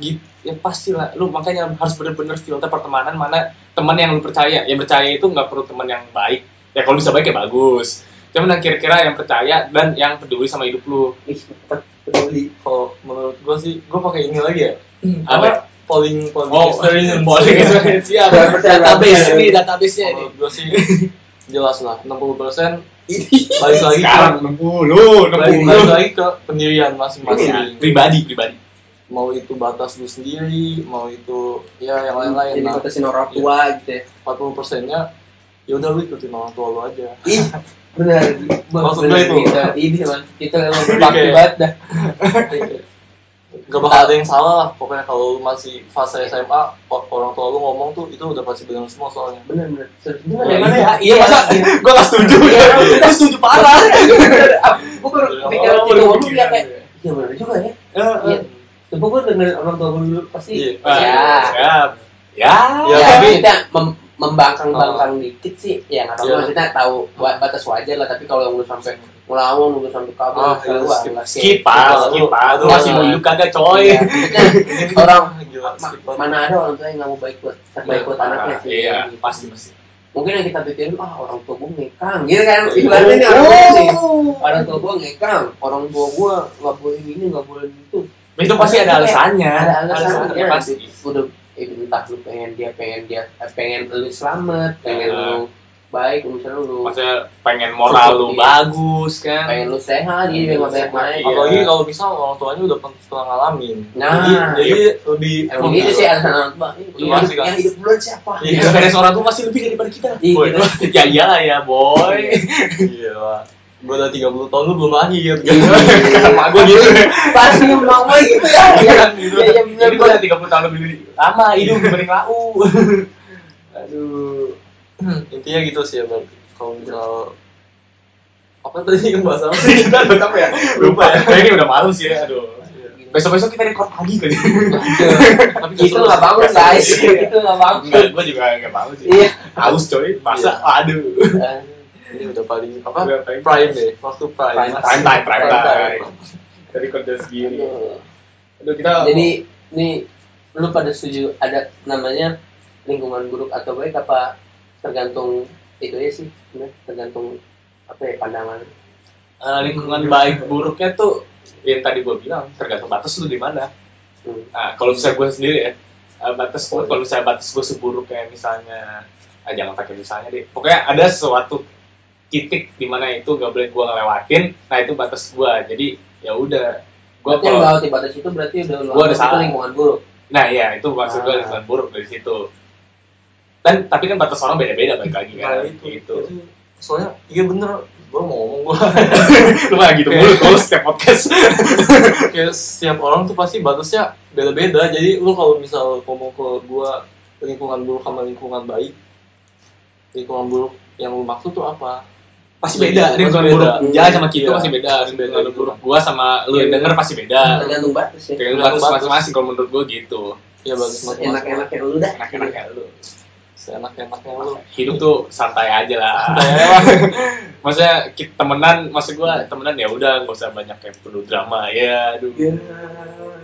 gitu, ya pastilah lu makanya harus bener-bener filter pertemanan mana teman yang lu percaya. Yang percaya itu nggak perlu teman yang baik. Ya kalau bisa baik ya bagus. Cuman yang kira-kira yang percaya dan yang peduli sama hidup lu. itu, ih, peduli kalau menurut gue sih gue pakai ini lagi ya Hmm. Apa? polling polling Oh, experience polling experience ya. Berapa persen Database berapa? ini, database-nya Iya, ini. menurut gue sih jelas lah 60 balik lagi ke Sekarang 60, balik, balik 60. lagi ke pendirian Ya, masing-masing Iya. pribadi, pribadi. mau itu batas lu sendiri mau itu ya yang lain-lain jadi nah batasin orang tua gitu ya 40 persennya ya udah lu ikutin orang tua lu aja ih benar Maksud benar gua itu. kita ini man kita emang Jadi berbakti kayak- banget dah Gak bakal ada yang salah lah, pokoknya kalau lu masih fase SMA, o- orang tua lu ngomong tuh itu udah pasti benar semua soalnya. benar benar Serius, benar Iya, ya, mana benar ya? Iya, masa gue gak setuju? Iya. Gue setuju parah. gue baru Iya, kepikiran orang itu baru ngomong dia kepikiran, kayak iya benar juga ya Iya. iya coba gue dengerin orang tua gue dulu pasti Iya. Ah, ya Siap. Ya, Ya, ya, tapi- kita mem- membangkang-bangkang dikit sih ya nggak apa-apa Iya. maksudnya tahu wa- batas wajar lah tapi kalau lu sampai ngelawan lu sampai Ah, kabur iya, keluar skip. lah kayak- skip ah Aduh, skip ah aduh. masih mau hidup kagak coy Iya. Maksudnya, orang Gila, ma- skip banget. mana ada orang tua yang nggak mau baik buat baik buat anaknya sih iya pasti pasti mungkin yang kita pikirin ah orang tua gue ngekang gitu kan Iya. ibaratnya nih orang tua nih orang tua gue ngekang orang tua gue nggak boleh ini nggak boleh itu itu pasti ada alasannya ada alasannya alasannya Ya, iya. pasti udah itu entah lu pengen dia pengen dia eh, pengen lu selamat pengen Iya. lu baik misalnya lu maksudnya pengen moral lu bagus kan pengen lu sehat jadi Pengen lu nggak banyak main sehat, apalagi Iya. kalau misal orang tuanya udah pen- pernah ngalamin Nah. jadi, jadi lebih emang gitu sih alasan orang tua Ini Iya, yang- sih, kan. yang hidup duluan siapa Iya. Beres orang tua pasti lebih daripada kita. Iya, Boy. ya iyalah ya, boy. Gila. Gue udah 30 tahun lu belum lahir. Sama gue gitu. pasti emang mah gitu ya ya ya ya bener Jadi gue udah 30 tahun lebih Iya. lama Ah, hidup dibanding lau. Aduh. Intinya gitu sih ya berarti. Kalau misal apa tadi yang bahas apa? Kita udah apa ya? Lupa ya. Kayaknya udah malam sih ya. Aduh. Besok-besok kita record lagi kali. Tapi itu nggak bagus guys itu nggak Enggak, bagus gue juga enggak mau sih. iya Haus coy, masa aduh. kan, Ini udah paling apa? Udah paling- Prime deh. Waktu prime. Prime Time time prime Prime time. Dari kerja segini. Aduh kita jadi nih lu pada setuju ada namanya lingkungan buruk atau baik apa tergantung itu ya sih sebenarnya tergantung apa ya pandangan eh, lingkungan baik buruknya tuh yang tadi gue bilang tergantung batas lu di mana. hmm. Nah, kalau misalnya gue sendiri ya, eh, batas gue, kalau misalnya batas gue seburuk kayak misalnya, ah, jangan pakai misalnya deh. Pokoknya ada sesuatu titik di mana itu gak boleh gue ngelewatin, nah itu batas gue. Jadi ya udah, gue berarti yang kalau, melewati batas itu berarti udah lu Gua udah anggap itu salah. lingkungan buruk nah ya itu maksud gue Ah. lingkungan buruk dari situ. Dan tapi kan batas orang beda-beda balik lagi Nah, kan, itu. gitu. itu. Soalnya iya bener. Gue mau ngomong gue. Lu mah gitu mulu tuh setiap podcast. Kayak setiap orang tuh pasti batasnya beda-beda. Jadi lu kalau misal ngomong ke gue lingkungan buruk sama lingkungan baik. Lingkungan buruk yang lu maksud tuh apa? Pasti Pasti beda, Iya, lingkungan beda. buruk dia sama kita Iya. pasti beda. Lingkungan Beda. buruk gue sama lu yang Iya. denger pasti beda. tergantung batas ya Kayak Tergantung Nah, batas batas. masing-masing kalau menurut gue gitu. Ya bagus masing-masing. enak-enak yang lu dah Enak-enaknya lu. Seenak-enaknya lu. hidup tuh santai ya. aja lah maksudnya kita temenan maksud gua temenan ya udah nggak usah banyak yang perlu drama ya aduh ya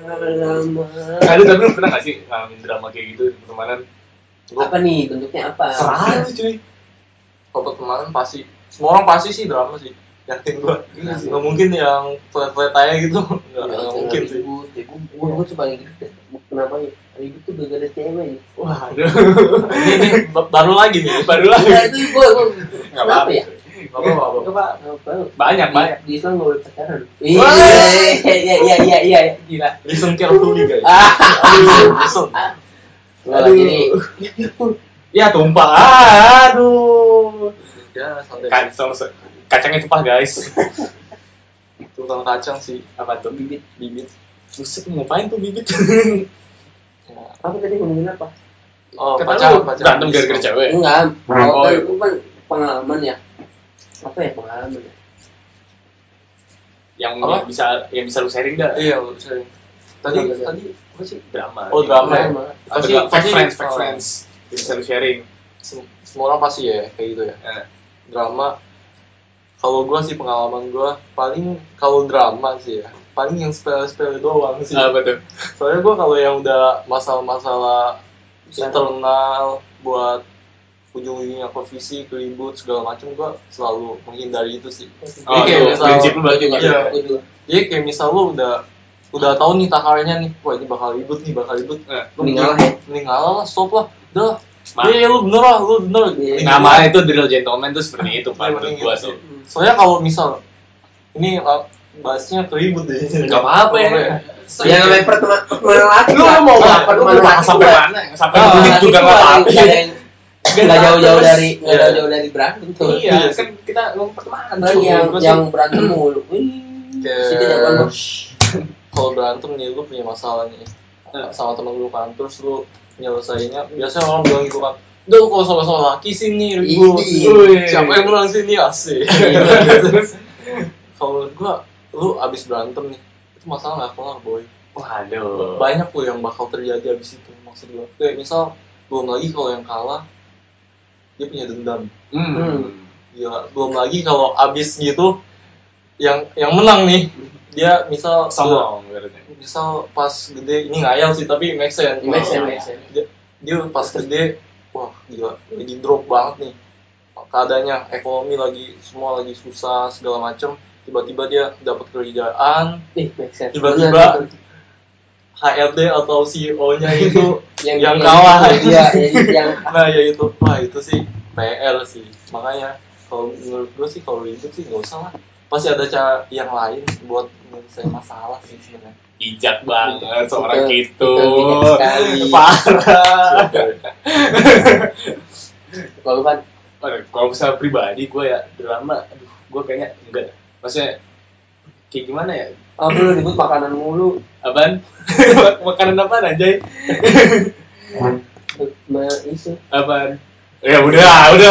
lama aduh tapi lu pernah gak sih ngalamin drama kayak gitu di pertemanan apa nih bentuknya apa selalu cuy kalau pertemanan pasti semua orang pasti sih drama sih yakin gua Iya sih. nggak mungkin yang flat-flat aja gitu nggak nggak mungkin sih Ya, ribut Ya, ribut gue gue tuh paling ribet kenapa ya ribut tuh gara-gara cewek ya wah iya. aduh ini, ini ba- baru lagi nih baru lah Nah, itu gue gue nggak kenapa apa-apa ya Nggak apa-apa. Kenapa? banyak banyak Di Islam nggak boleh pacaran. Iya, Wah. iya, iya, iya, iya, iya, gila. listen carefully guys Ah. listen Kalau jadi ya tumpah aduh ya santai kacang kacangnya tumpah guys tukang gitu, kacang sih apa tuh bibit, bibit buset ngapain tuh bibit Ya. apa tadi ngomongin apa? oh Kata pacaran lu pacaran berantem gara-gara cewek Enggak, Oh, kalau kan iya. itu kan pengalaman ya. Apa ya pengalaman ya? yang Apa? yang bisa yang bisa lu sharing dah iya lu sering tadi Iya, iya. tadi apa sih drama Oh, drama ya? Pengalaman. Atau Pasti- juga iya. fake pasti- friends, fake oh. friends. Yang bisa lu sharing. Sem- semua orang pasti ya kayak gitu ya Eh, drama kalau gua sih pengalaman gua paling kalau drama sih ya paling yang sepele-sepele doang sih apa tuh? soalnya gue kalau yang udah masalah-masalah Besar. internal buat ujung-ujungnya ke fisik, ribut segala macam gue selalu menghindari itu sih. Oh, Iya, tuh, misal- prinsip lu berarti Juga, kan? Iya. aku juga. Jadi kayak misal lo udah udah tahu nih takarnya nih, wah ini bakal ribut nih, bakal ribut. Eh, Lu Mending ngalah ya. Mending ngalah lah, stop lah, udah. Ma- Iya, iya, lu bener lah, lu bener. Iya. Mending Nama ngalah. itu drill gentleman tuh seperti itu, Pak, Iya, menurut mending gua gitu tuh. Soalnya kalau misal ini uh, bahasnya ke ribut deh. Nggak apa-apa ya. Yang namanya pertemanan pertemanan laki Lu lah. mau Nah, apa? Lu pertemanan mau laki sampai gua- mana? Iya, Sampai Ah, kulit laki juga gua nggak apa-apa. nggak ada yang- nggak jauh-jauh dari nggak Iya. jauh-jauh dari berantem tuh. Iya, kan kita ngomong pertemanan. Apalagi cuy. yang gua tuh- yang berantem mulu. Wih, Kayak- Situ zaman lu. kalau berantem nih lu punya masalah nih Nah. Hmm. sama temen lu kan terus lu nyelesainnya biasanya orang bilang gitu kan udah lu kalau sama-sama laki sini ribut Ih, Iya. wih. siapa yang menang sini asik terus kalau menurut gua lu abis berantem nih itu masalah nggak kelar boy Waduh. banyak tuh yang bakal terjadi abis itu maksud gua kayak misal belum lagi kalau yang kalah dia punya dendam Hmm. Hmm. ya belum lagi kalau abis gitu yang yang menang nih dia misal Sama om, ibaratnya. misal pas gede ini ngayal sih tapi make sense Ya, make sense, Nah, make sense. dia, dia pas gede wah gila lagi drop banget nih keadaannya ekonomi lagi semua lagi susah segala macem tiba-tiba dia dapat kerjaan Ih, make sense. tiba-tiba HRD atau CEO-nya itu yang, kalah Iya, yang, yang nah ya itu wah itu sih PR sih makanya kalau menurut gue sih kalau ribut sih nggak usah lah pasti ada cara yang lain buat menyelesaikan masalah sih sebenarnya Ijat banget seorang Betul, gitu. betul, bijak sekali. Parah. kalau kan Aduh, kalau misalnya pribadi gue ya drama, aduh, gue kayaknya enggak. Maksudnya kayak gimana ya? kamu lu ribut makanan mulu. Aban? Makanan apaan anjay? Nah, itu Apaan? Ya udah, lah, udah.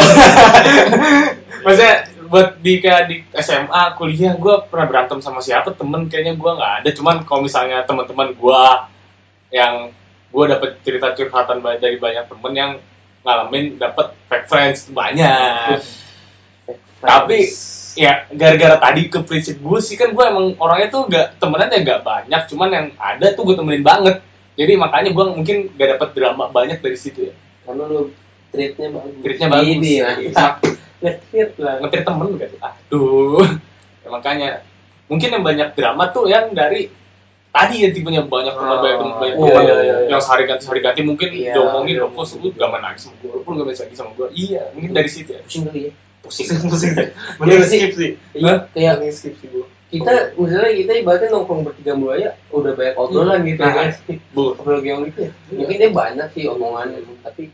Maksudnya buat di kayak di SMA, kuliah gue pernah berantem sama siapa temen kayaknya gue nggak ada. Cuman kalau misalnya teman-teman gue yang gue dapet cerita curhatan ba- dari banyak temen yang ngalamin dapet fake friends banyak. Tapi ya gara-gara tadi ke prinsip gue sih kan gue emang orangnya tuh gak temenannya gak banyak, cuman yang ada tuh gue temenin banget. Jadi makanya gue mungkin gak dapet drama banyak dari situ ya. karena lu treatnya bagus. Treatnya bagus. Nah, Ini ya. Nge-treat lah. ngetir temen gak tuh? Aduh. Ya, makanya mungkin yang banyak drama tuh yang dari tadi ya tipenya banyak teman Ah, banyak teman banyak iya, teman. iya, iya, iya. yang sehari ganti sehari ganti mungkin Iya, iya, diomongin lo kok lu gak menang sama gue lu pun gak bisa lagi sama gue iya mungkin dari situ ya Pusing kali ya. pusing mending skip sih Iya, kayak mending skip sih gue kita misalnya kita ibaratnya nongkrong bertiga mulu aja udah banyak obrolan gitu Nah, kan. bu Obrolan yang gitu ya. Mungkin dia banyak sih omongannya tapi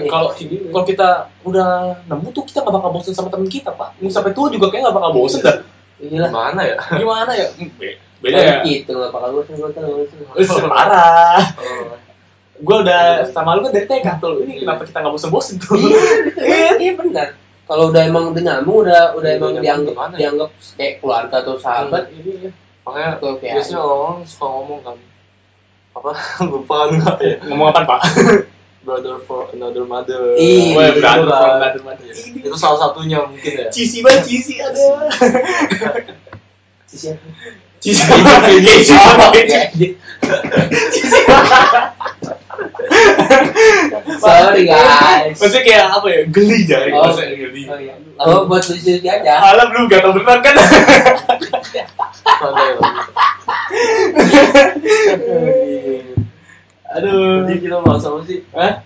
gimana ya? kalau kalau kita udah nemu tuh kita gak bakal bosen sama temen kita pak Mungkin sampai tua juga kayaknya gak bakal bosen dah Iya lah. gimana ya gimana ya Hmm, be- beda ya Iya. Kayak gitu nggak bakal bosan gue terus. Eh, parah Eh, gue udah sama lu kan dari TK tuh ini kenapa kita gak bosen-bosen tuh Iya, iya, iya benar. Kalau udah emang udah nyambung, udah udah Iya, emang nyambung dianggap gimana ya? dianggap kayak keluarga atau sahabat Iya. Hmm, makanya atau kayak biasanya orang suka ngomong kan apa lupa nggak ya ngomong apa pak brother for another mother Iya, gue Gitu brother kan. from another mother itu salah satunya mungkin ya Cisi banget Cisi ada Hmm. sisi apa? Cisi Cisi Oh, sama iya. Cisi Sorry guys. Maksudnya kayak apa ya geli jari Oh. Maksudnya geli Oh, iya. Oh, buat lucu aja. Alam lu gak tau berenang kan ada ya Aduh jadi kita bahas apa sih Hah?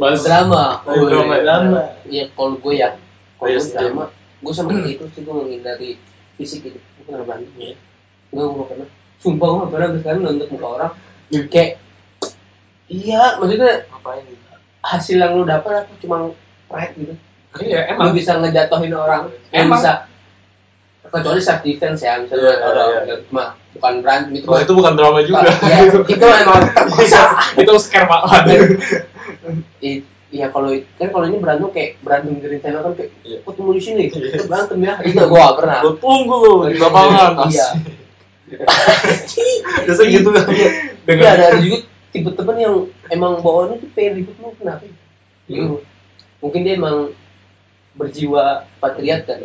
Bahas Drama. Oh, drama, iya. drama. Iya, kalau gue ya, kalau Iya, Hmm. gue sih. drama, gue sama kayak gitu sih gue menghindari fisik gitu. Gue pernah berantem Iya. ya. Gue gak pernah. Sumpah gue gak pernah sampai sekarang nonton muka orang. Kayak, iya, maksudnya ngapain gitu hasil yang lu dapat apa cuma pride gitu lu Iya emang bisa ngejatuhin orang yang Emang. bisa kecuali self defense ya misalnya Iya, iya, orang iya. nggak- cuma bukan berantem itu Wah, itu bukan drama juga ya, itu emang Bisa Itu scare pak Waduh. I- Iya kalau kan kalau ini berantem kayak berantem di rencana kan kayak Iya. kok ketemu di sini kita berantem ya itu gua gak pernah Gue tunggu lu di lapangan. iya Biasa gitu kan. tapi Iya, ada ada juga tipe temen yang emang bawaannya tuh pengen ribut lu kenapa ya? Hmm. mungkin dia emang berjiwa patriot kan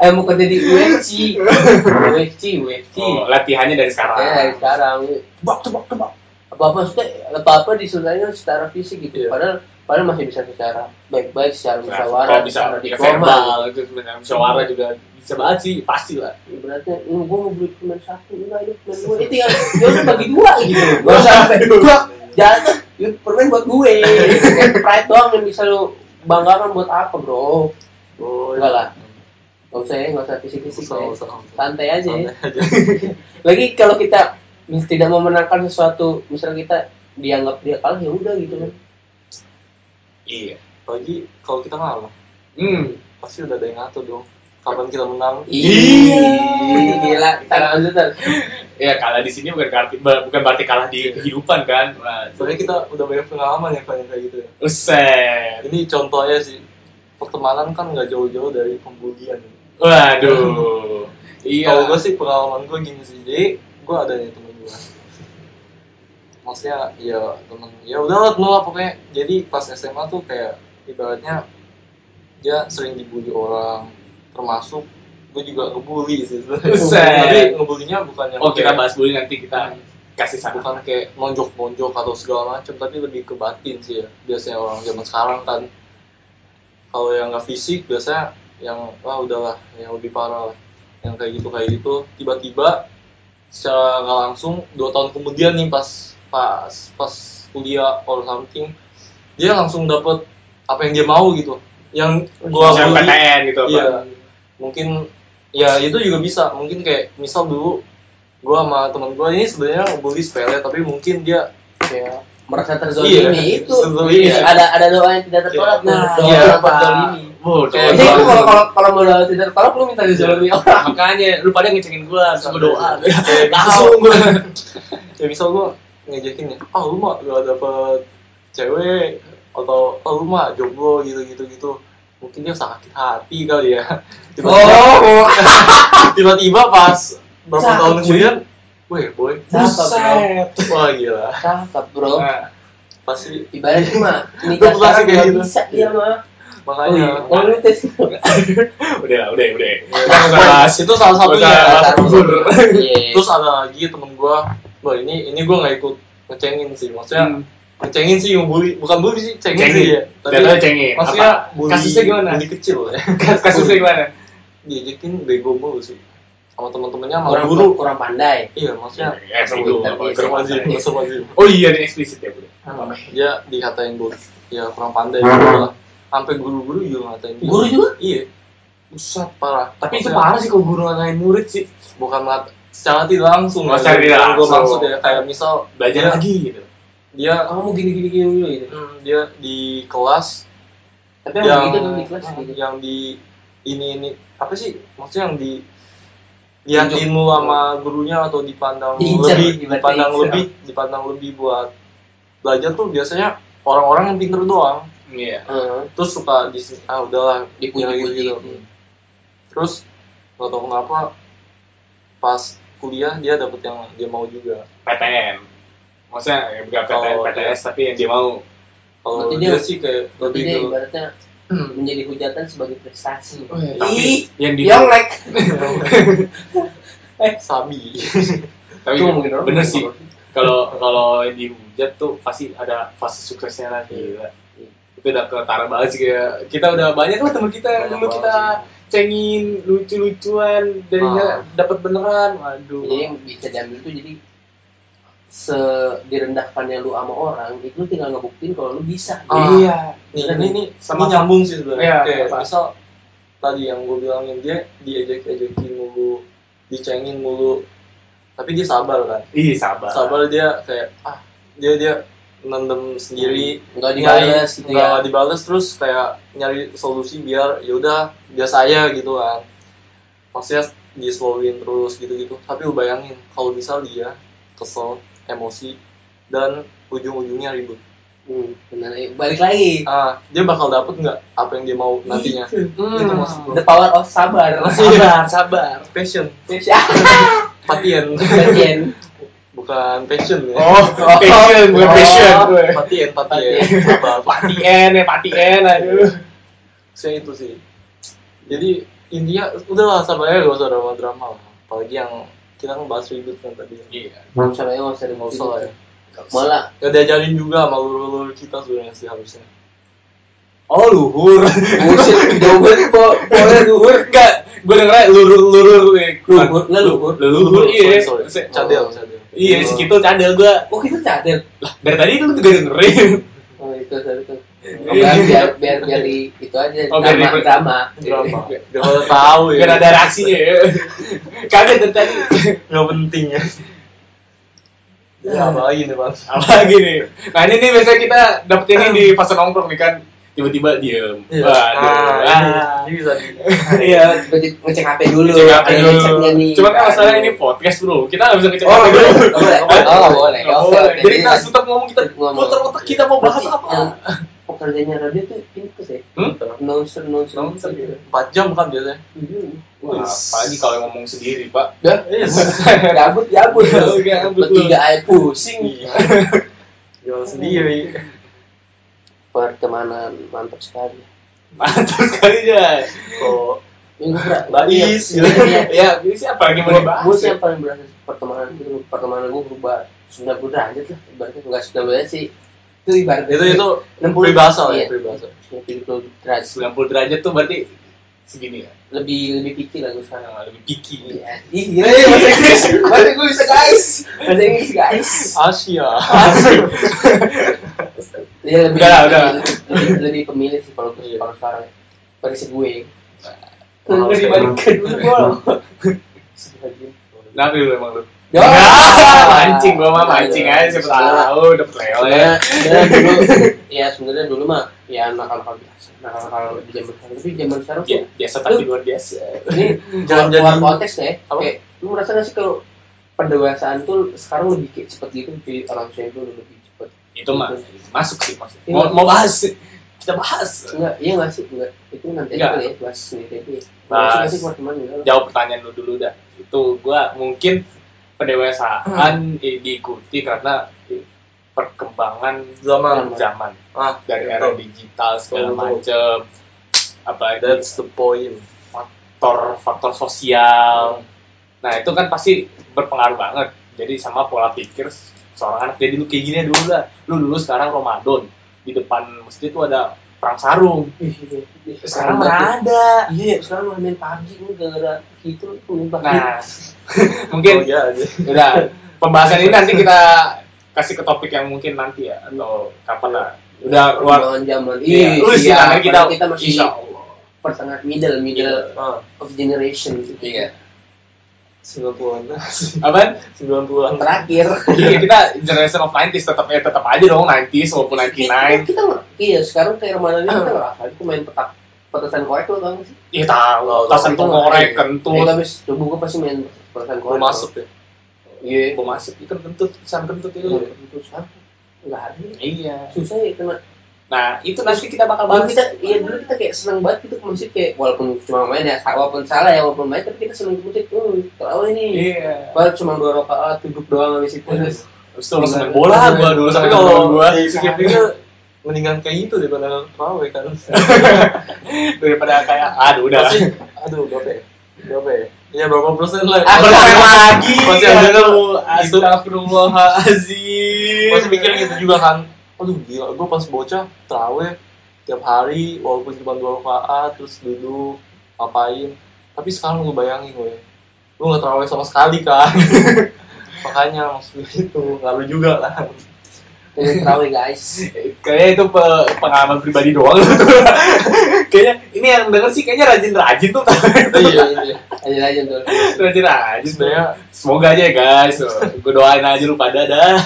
emang mau kerja di UFC UFC UFC Oh, latihannya dari sekarang. Nah, ya dari sekarang tebak tebak tebak apa apa maksudnya apa apa diselesaikan secara fisik gitu Iya. padahal padahal masih bisa secara baik-baik secara Nah, musyawarah kalau bisa secara ya, diploma verbal, itu sebenarnya musyawarah juga bisa banget sih, pasti lah. ibaratnya ini gue mau beli cuma satu enggak ya cuma dua itu ya ya udah bagi dua gitu gak usah sampai dua jatuh ya permen buat gue Kayak pride doang yang bisa lo banggakan buat apa bro Oh, enggak lah gak usah ya gak usah fisik-fisik Usah, ya. usah. santai aja ya Santai aja. lagi kalau kita mis- tidak memenangkan sesuatu misalnya kita dianggap dia kalah ya udah gitu kan Iya. Apalagi kalau kita ngalah, Hmm. pasti udah ada yang ngatur dong. Kapan kita menang? Iya. Ih, gila kita lanjut kan Ya kalah di sini bukan berarti bukan berarti kalah di kehidupan kan. Nah, Soalnya kita udah banyak pengalaman ya kayak kayak gitu ya. Uset. Ini contohnya sih pertemanan kan nggak jauh-jauh dari pembulian. Waduh. Iya. Kalau gue sih pengalaman gue gini sih, jadi gue ada nih temen gue. Maksudnya ya temen, ya udahlah temen lah pokoknya. Jadi pas SMA tuh kayak ibaratnya dia sering dibully orang termasuk gue juga ngebully sih Buset. tapi ngebulinya bukan yang oh kita kayak- bahas dulu nanti kita kasih saran bukan kayak nonjok-nonjok atau segala macam tapi lebih ke batin sih ya biasanya orang zaman sekarang kan kalau yang nggak fisik biasanya yang wah udahlah yang lebih parah lah yang kayak gitu kayak gitu tiba-tiba secara nggak langsung dua tahun kemudian nih pas pas pas kuliah or something dia langsung dapet apa yang dia mau gitu yang gua Misalnya bully- PTN gitu apa Iya. Mungkin ya itu juga bisa. Mungkin kayak misal dulu gua sama teman gua ini sebenarnya ngebully sepele tapi mungkin dia kayak Iya. merasa terzolimi itu Iya, Terzolimi. ada ada doa yang tidak tertolak Iya. nah, Iya, apa terzolimi. Oh, Kayak jadi doa. Iya. lu kalau kalau kalau mau doa tidak tertolak lu minta dizolimi orang makanya lu pada ngecengin gua terus gua doa kayak gitu. tahu langsung gua. ya misal gua ngejekin ya, "Ah, lu mah gak dapet cewek atau "Ah, lu mah jomblo gitu-gitu gitu." Mungkin dia sakit hati kali ya. Tiba-tiba, oh tiba-tiba pas berapa Cakep, tahun cuy. kemudian, "Weh, boy." Cakep, bro. Wah, gila. cakep bro Nah, Pasti ibaratnya mah ini Gua pasti sekarang Iya. kayak nggak gitu. bisa dia mah oh iya makanya oh lu tes udah udah udah Kita nggak bahas. Nah, itu salah satunya Udah, salah salah satu gugur. gugur. Iya. terus ada lagi temen gue wah ini ini gue nggak ikut ngecengin sih maksudnya Hmm. ngecengin sih ngebully bukan bully sih cengin, Cengin. sih ya Jatuhnya cengin. maksudnya Apa? Kasusnya gimana? bully kecil ya kasusnya gimana diajakin bego mulu sih sama temen-temennya sama orang guru orang pandai iya maksudnya Ya, ya, sama guru, apa, Iya, sama Serwazim, guru. serwazim. oh iya ini eksplisit ya udah dia dikatain bully ya kurang pandai gitu lah sampai guru-guru juga ngatain dia. Guru juga? iya Buset, parah tapi itu Maksudnya- parah sih kalau guru ngatain murid sih bukan lat secara tidak langsung ya. Oh, secara tidak Gua langsung. maksud ya kayak misal dia, belajar lagi gitu dia kamu gini gini gini dulu gitu mm, dia di kelas tapi yang hmm, emang gitu tuh di kelas gitu yang di ini ini apa sih maksudnya yang di Tunjuk. diantin lu sama gurunya atau dipandang Diincer, lebih ibaratnya dipandang diincer. lebih dipandang lebih buat belajar tuh biasanya orang-orang yang pinter doang iya Heeh. terus suka di ah udahlah dipuji-puji gitu gitu. terus gak tau kenapa pas kuliah dia dapet yang dia mau juga PTN maksudnya ya, bukan PTN Oh, PTS tapi yang dia mau Kalau Berarti dia, dia- sih kayak Berarti lebih dia ke ibaratnya menjadi hujatan sebagai prestasi. Iya. tapi yang di Yang like. "Eh, sabi. tapi Itu mungkin orang bener ngomong sih orang. kalau kalau yang dihujat tuh pasti ada fase suksesnya lagi gila. itu udah ketara banget sih kayak kita udah banyak lah teman kita Banyak dulu banget kita cengin lucu-lucuan Ah. jadinya dapat beneran waduh Jadi yang bisa diambil tuh jadi se direndahkannya lu sama orang itu lu tinggal ngebuktiin kalau lu bisa. Ah. iya Nih, ini, ini, Sama- ini nyambung sih sebenarnya. Iya, kayak apa? misal tadi yang gue bilangin dia diejek-ejekin mulu, dicengin mulu, tapi dia sabar kan. Ih, Iya, sabar. Sabar dia kayak ah dia dia mendem sendiri Nggak nyari- dibales gitu ya. nggak dibales terus kayak nyari solusi biar ya yaudah biar saya gitu kan maksudnya di slowin terus gitu-gitu tapi lu bayangin kalau misal dia kesel emosi dan ujung-ujungnya ribut Hmm, benar. Eh, Balik lagi. Hmm. ah dia bakal dapet nggak apa yang dia mau nantinya Iya. itu maksud gue The power of sabar. sabar, sabar. passion Passion. patien bukan passion ya Oh, passion, bukan passion. patien patien apa apa Patien ya, patien, aduh. saya itu sih jadi intinya udahlah sabarnya gak usah drama drama lah apalagi yang kita ngebahas ribut kan tadi Iya. Nggak usah ya, nggak usah nggak dibawa usah lah ya Malah nggak diajarin juga sama lulur-lulur kita sebenarnya sih harusnya Oh, luhur. bullshit jauh banget po- Boleh luhur enggak? Gue dengernya lurur lurur Luhur, lah, luhur. eh, Luhur, iya. sorry, sorry. Se- cadel cadel Iya, segitu cadel gue. Oh kita cadel. Dari tadi lu juga dengerin. Oh itu itu. Biar biar biar, biar di, itu aja Iya. Oh, biar Iya. drama di- drama. drama gak pada tahu ya Biar ada reaksinya ya. Cadel dari tadi. nggak penting ya Iya. ya apa lagi nih bang Apa gini? Nah, ini nih biasanya kita dapet ini di fase nongkrong nih kan. Tiba-tiba diem. Ah, ini, Waduh. ah. ini bisa di Iya. Berarti ngecek HP dulu. Cek HP ada dulu. ngeceknya nih. Cuman kan masalahnya ini podcast bro, kita nggak bisa ngecek iya. Oh, HP boleh. dulu. Oh, boleh. Oh, nggak boleh. Nggak Oke, oke. boleh. Jadi Jadi kita lanjut. tetap ngomong kita Ngomong. muter otak kita mau bahas Berarti apa. yang Pekerjaannya radio tuh itu sih. Hmm? Announcer announcer. Announcer gitu. empat jam kan biasanya Iya. Wah, apalagi kalau ngomong sendiri pak. Dah. iya Gabut gabut. Gabut, Iya, gabut, Iya. Bertiga aja pusing. jual sendiri pertemanan mantap sekali Mantap sekali ya. kok ini berat Baris, Iya, gitu. iya. ya, ini siapa lagi mau dibahas? ya? gue sih yang paling berasa pertemanan itu pertemanan gue berubah 90 derajat lah ibaratnya nggak 90 derajat sih itu ibaratnya Itu itu 60 peribahasa lah iya, ya, peribahasa. 70 derajat 90 derajat tuh berarti segini ya. lebih lebih picky lah gue sekarang Nah, lebih picky. Iya, ih gila ya bahasa Inggris, bahasa gue bisa guys, bahasa Inggris guys. Asia. Iya lebih, Udah, udah. lebih, lebih pemilih sih kalau gue kalau sekarang versi ya. gue. Nah, Lebih balik ke dulu gue. Nah, lu emang lu. Ya. Iya. Ya, mancing gua mah mancing aja siapa tahu dapet Sebenarnya lele. ya, sebenarnya dulu, ya sebenarnya dulu mah ya nakal-nakal biasa, nakal-nakal di zaman sekarang. Tapi zaman sekarang tuh Bi- Ya, Biasa tapi luar biasa. ini Jangan jangan keluar jadi- konteks ya. Apa? Kayak lu merasa nggak sih kalau pendewasaan tuh sekarang lebih kayak cepet gitu di orang tua itu lebih cepet. Itu mah masuk sih masuk. Iya. Mau, mau bahas sih. kita bahas. Enggak, iya nggak sih? Enggak. Itu nanti Nggak. aja ya, bahas sendiri aja. Bahas. Ya. Bahas sih buat teman juga. Jawab pertanyaan lu dulu dah. Itu gua mungkin Hmm. pendewasaan eh, diikuti karena eh, perkembangan Zaman. zaman Ah, dari era betul. digital segala Betul, betul. macem apalagi That's the point. faktor faktor sosial Hmm. nah itu kan pasti berpengaruh banget jadi sama pola pikir seorang anak jadi lu kayak gini dulu lah lu dulu sekarang Ramadan di depan masjid tuh ada perang sarung Ih, ih, ih. Sekarang sekarang mana ada Iya, sekarang malah main pagi gue gara-gara gitu main pagi. nah Oh, mungkin iya aja. udah pembahasan ini nanti kita kasih ke topik yang mungkin nanti ya atau kapan lah udah keluar Perkembangan zaman. Iya, Iya, lu sih iya, nanti kita, padahal kita masih Insya Allah. pertengah middle, middle Ah, of generation. gitu. Iya. 90-an. Apaan? 90-an. Terakhir. Iya, kita generation of 90s tetap eh, tetap aja dong 90s walaupun Kita, 99. kita nggak- iya sekarang kayak Ramadan ini kita ngerasa itu main petak petasan korek lo tau nggak sih? Iya tahu, tasan pengorek kentut. Iya, habis tubuh gue pasti main petasan korek. Gua masuk ya. Iya. Mau masuk itu kentut, tasan kentut itu. Enggak ada. Iya. Susah ya kena Nah, itu nanti kita bakal Dulu bahas. kita, iya dulu kita kayak seneng banget gitu ke masjid kayak walaupun cuma main ya, walaupun salah ya walaupun main tapi kita seneng ke masjid. Hmm, kalau ini Iya. baru cuma dua rakaat duduk doang habis itu. Iya. Terus Terus Iya. tuh langsung main bola gua dulu tapi kalau gua di pikir mendingan kayak gitu daripada terawih kan. daripada kayak aduh udah. Pasti, aduh berapa ya? Berapa ya? Ya berapa persen lah. Ah, bermain lagi. Pasti ada kan Aduh, itu Astagfirullahalazim. pasti mikir gitu juga kan. Aduh gila, gue pas bocah terawih tiap hari walaupun cuma dua rakaat terus duduk ngapain. Tapi sekarang gue bayangin gue, gue nggak terawih sama sekali kan. Makanya maksud gue itu nggak lu juga kan. ini eh, terawih guys. Kayaknya itu pe- pengalaman pribadi doang. kayaknya ini yang denger sih kayaknya rajin-rajin tuh. Iya. Aja aja tuh. rajin-rajin sebenarnya. Sebenarnya Semoga aja ya guys. Gue doain aja lu pada dah.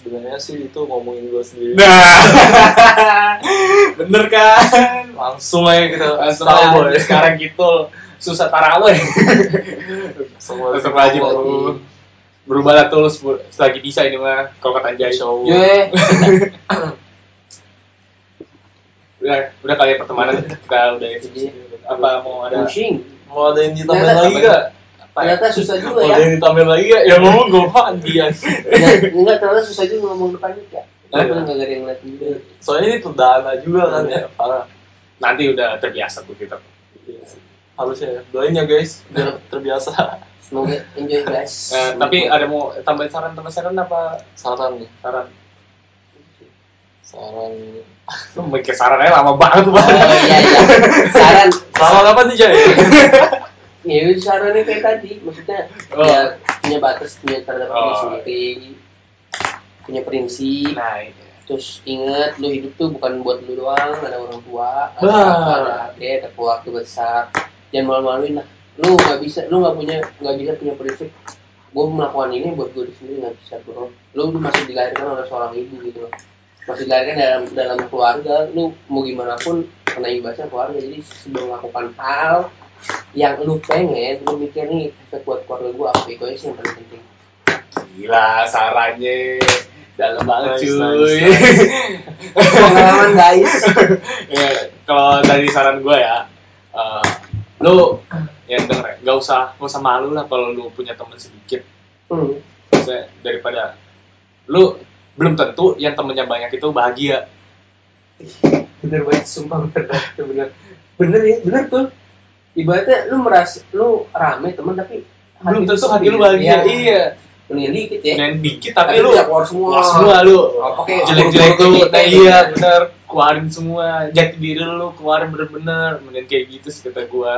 sebenarnya sih itu ngomongin gue sendiri. Nah. Bener kan? Langsung aja kita Langsung aja, tahu ya. sekarang gitu susah taraweh. Langsung aja bro. Berubah lah tuh lu sebu- selagi bisa ini mah kalau kata Ya, Anjay. Insya Allah. Gue Udah, udah kali ya pertemanan kita udah ya. Iya. apa mau ada Iya. pusing. Mau ada yang ditambahin Ternyata- lagi gak? apa ya? Ternyata susah Mau juga ya. ada yang ditambahin lagi gak? Ya ngomong gue mandi ya. Ternyata- Enggak ternyata susah juga ngomong depan ya. Hah? Enggak ada yang ngeliat juga. Soalnya ini perdana juga kan ya. Parah. Iya Nanti udah terbiasa gitu. tuh kita. Harusnya ya. Doain ya guys. Biar terbiasa. Semoga enjoy guys. Eh, tapi ada mau tambahin saran tambah saran apa Saran nih. saran? Saran. Lu mikir sarannya lama banget Oh banget. iya iya. Saran Saran apa nih Jay? Ya itu sarannya kayak tadi, maksudnya Oh. ya punya batas punya terhadap diri Oh. sendiri, punya prinsip, Nah, itu. terus inget lu hidup tuh bukan buat lu doang, ada orang tua, ada Bah. kakak, ada adik, ada keluarga besar, jangan malu-maluin lah. Lu nggak bisa, lu nggak punya nggak bisa punya prinsip. Gue melakukan ini buat gue sendiri nggak bisa bro. Lu masih dilahirkan oleh seorang ibu gitu loh. Masih dilahirkan dalam dalam keluarga, lu mau gimana pun kena imbasnya keluarga. Jadi sebelum melakukan hal yang lu pengen lu mikir nih efek buat keluarga gua apa itu aja sih yang paling penting Gila sarannya dalam banget Nice, cuy. nice, pengalaman guys Ya, kalau dari saran gue ya, eh, lu ya denger ya, nggak usah nggak usah malu lah kalau lu punya temen sedikit. hmm. Maksudnya, daripada lu belum tentu yang temennya banyak itu bahagia. bener banget sumpah bener banget, bener bener ya bener tuh ibaratnya lu merasa lu rame teman tapi belum tentu hati lu bahagia iya mendingan dikit ya dan dikit tapi lu bisa keluar semua Oh, keluar semua lu Apa kayak jelek-jelek buruk-buruk lu kayak nah gitu. iya bener keluarin semua jati diri lu keluarin bener-bener kemudian kayak gitu sih kata gua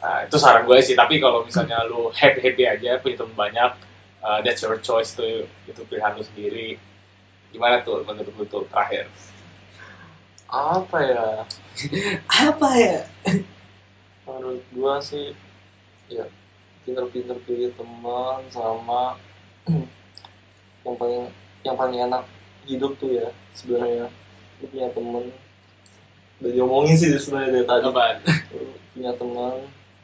Nah, itu saran gue sih tapi kalau misalnya lu happy happy aja punya teman banyak uh, that's your choice tuh itu pilihan lu sendiri gimana tuh menurut lu tuh terakhir apa ya apa ya menurut gua sih ya pinter-pinter pilih teman sama yang paling yang paling enak hidup tuh ya sebenarnya lu punya teman udah diomongin sih sebenarnya dari tadi Apaan? Lu punya teman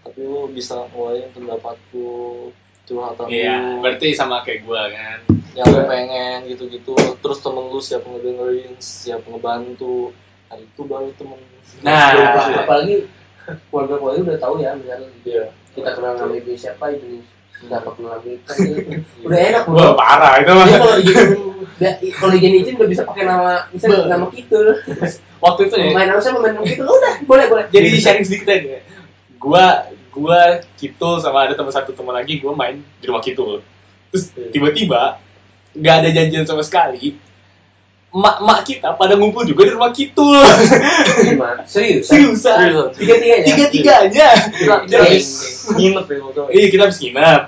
tapi lu bisa ngeluarin pendapat lu curhatan iya lu berarti sama kayak gua kan yang lu pengen gitu-gitu terus temen lu siap ngedengerin siap ngebantu nah itu baru temen Nah. Baru sih. apalagi keluarga keluarga udah tahu ya misalnya iya kita kenal sama ibu siapa ibu siapa kenal sama ibu udah enak gua bro parah itu dia mah Iya, kalau izin da- kalau izin izin udah bisa pakai nama misalnya Be. nama Kidul waktu itu ya main harusnya main nama Kidul udah boleh boleh jadi Iya, sharing sedikit aja gua gua Kitul sama ada teman satu teman lagi gua main di rumah Kitul terus Iya. tiba-tiba nggak ada janjian sama sekali mak mak kita pada ngumpul juga di rumah Kitul gimana serius seriusan Seriusan. tiga tiganya tiga tiganya Iya, kita habis nginep ya waktu itu. iya kita habis nginep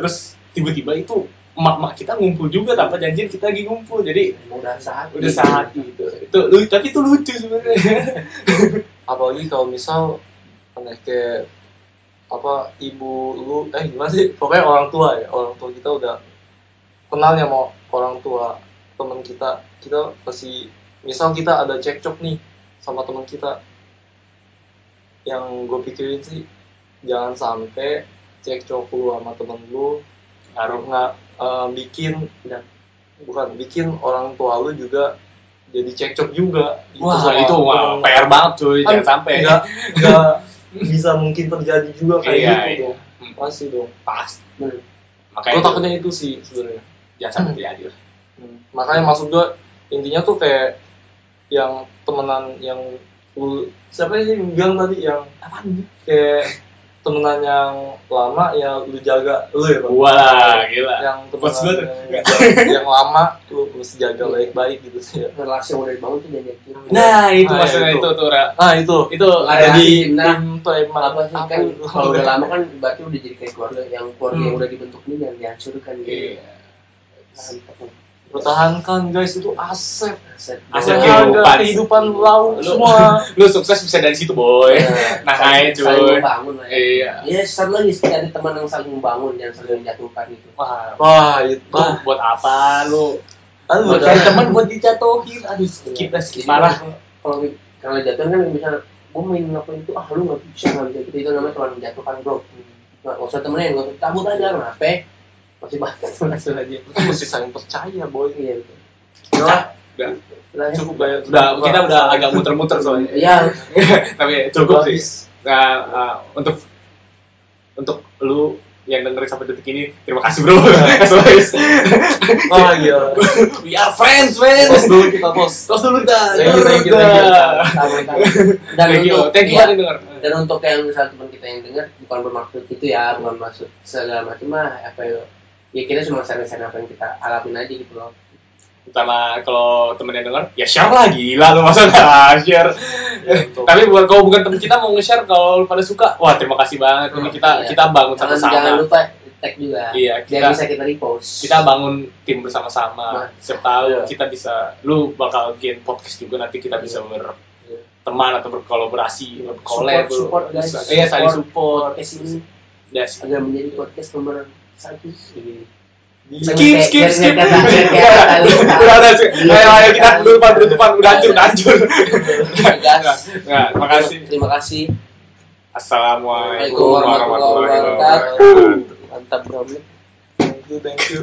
terus tiba-tiba itu mak mak kita ngumpul juga tanpa janjian kita lagi ngumpul jadi udah saat udah sehati gitu itu lu- tapi itu lucu sebenarnya apalagi kalau misal aneh kayak apa ibu lu eh gimana sih pokoknya orang tua ya orang tua kita udah kenal ya mau orang tua teman kita kita pasti misal kita ada cekcok nih sama teman kita yang gue pikirin sih jangan sampai cekcok lu sama temen lu ngaruh nggak eh, bikin bukan bikin orang tua lu juga jadi cekcok juga gitu wah sama itu wah temen- PR banget cuy jangan Kan sampai nggak nggak bisa mungkin terjadi juga kayak Iya, gitu. gitu iya. dong pasti dong pasti Hmm. makanya gue itu- takutnya itu sih sebenarnya jangan sampai terjadi lah. Hmm. makanya maksud gue intinya tuh kayak yang temenan yang lu- siapa sih yang bilang tadi yang gitu? Apaan? kayak temenan yang lama ya lu jaga lu ya Bang? Gua lah, gila. yang Bos gua tuh. temenan yang, yang lama lu mesti jaga baik-baik gitu sih ya. relasi yang udah dibangun tuh jadi Nah, itu Nah, maksudnya itu. itu tuh, Ra. ah itu Itu ada ada Relasi, di nah. tim tuh emang apa sih kan itu? kalau udah lama kan berarti udah jadi kayak keluarga yang keluarga yang Hmm. udah dibentuk ini yang dihancurkan gitu. Iya. pertahankan guys itu aset Aset. Aset Nah, kehidupan. Harga kehidupan laut Lu- semua Lu sukses bisa dari situ, Nah, boy. Nah, saling- itu. saling membangun lah ya. Iya. Ya, satu lagi sih ada teman yang saling membangun yang saling menjatuhkan gitu. Wah, wah itu lu buat apa lu? aduh Buat udah. cari teman buat dijatuhin. Aduh, Jadi, kita sedikit marah. Kalau kalau jatuh kan bisa gue main ngelakuin itu ah lu nggak bisa nggak bisa gitu itu namanya teman menjatuhkan bro. Nggak usah temenin, nggak usah "Ah, cabut aja kenapa? Masih banget langsung aja. Lu mesti saling percaya boy Iya. gitu. Udah, udah. Lah, ya. cukup banyak Udah, kita udah agak muter-muter soalnya. Iya. Tapi cukup sih. Nah, uh, untuk untuk lu yang dengerin sampai detik ini, terima kasih bro. As always. oh iya Iya. We are friends, pos friends. dulu kita pos Terus dulu kita. Thank you, thank you, thank you. Iya, Dah. Sama-sama. Dan Thank you, untuk- thank you iya. banget yang denger. dan untuk yang misalnya teman kita yang dengar bukan bermaksud itu ya bukan maksud segala macam mah apa ya ya kita cuma sharing-sharing apa yang kita alamin aja gitu loh Pertama kalau temen yang denger, ya share lah gila lu masa nggak share. Tapi buat kalau bukan temen kita mau nge-share kalau lu pada suka, wah terima kasih banget. Ini Hmm, kita iya. kita bangun jangan sama-sama. jangan lupa tag juga Iya, biar kita- bisa kita repost Kita bangun tim bersama-sama. Nah. Siapa tahu Iya. kita bisa lu bakal bikin podcast juga nanti kita bisa ber Iya. teman atau berkolaborasi, berkolab, support, ber- guys. bisa- iya saling support. podcast ini Yes. agar menjadi podcast nomor satu Skip, skip, Biar- biar- skip. biar- biar- biar- biar- Udah, udah, skip. Ayo, ayo kita penutupan, penutupan. Udah hancur, udah hancur. Gas. Nah, makasih. terima kasih Assalamualaikum Waalaikumsalam warahmatullahi warahmatullahi wabarakatuh. wabarakatuh mantap bro thank you thank you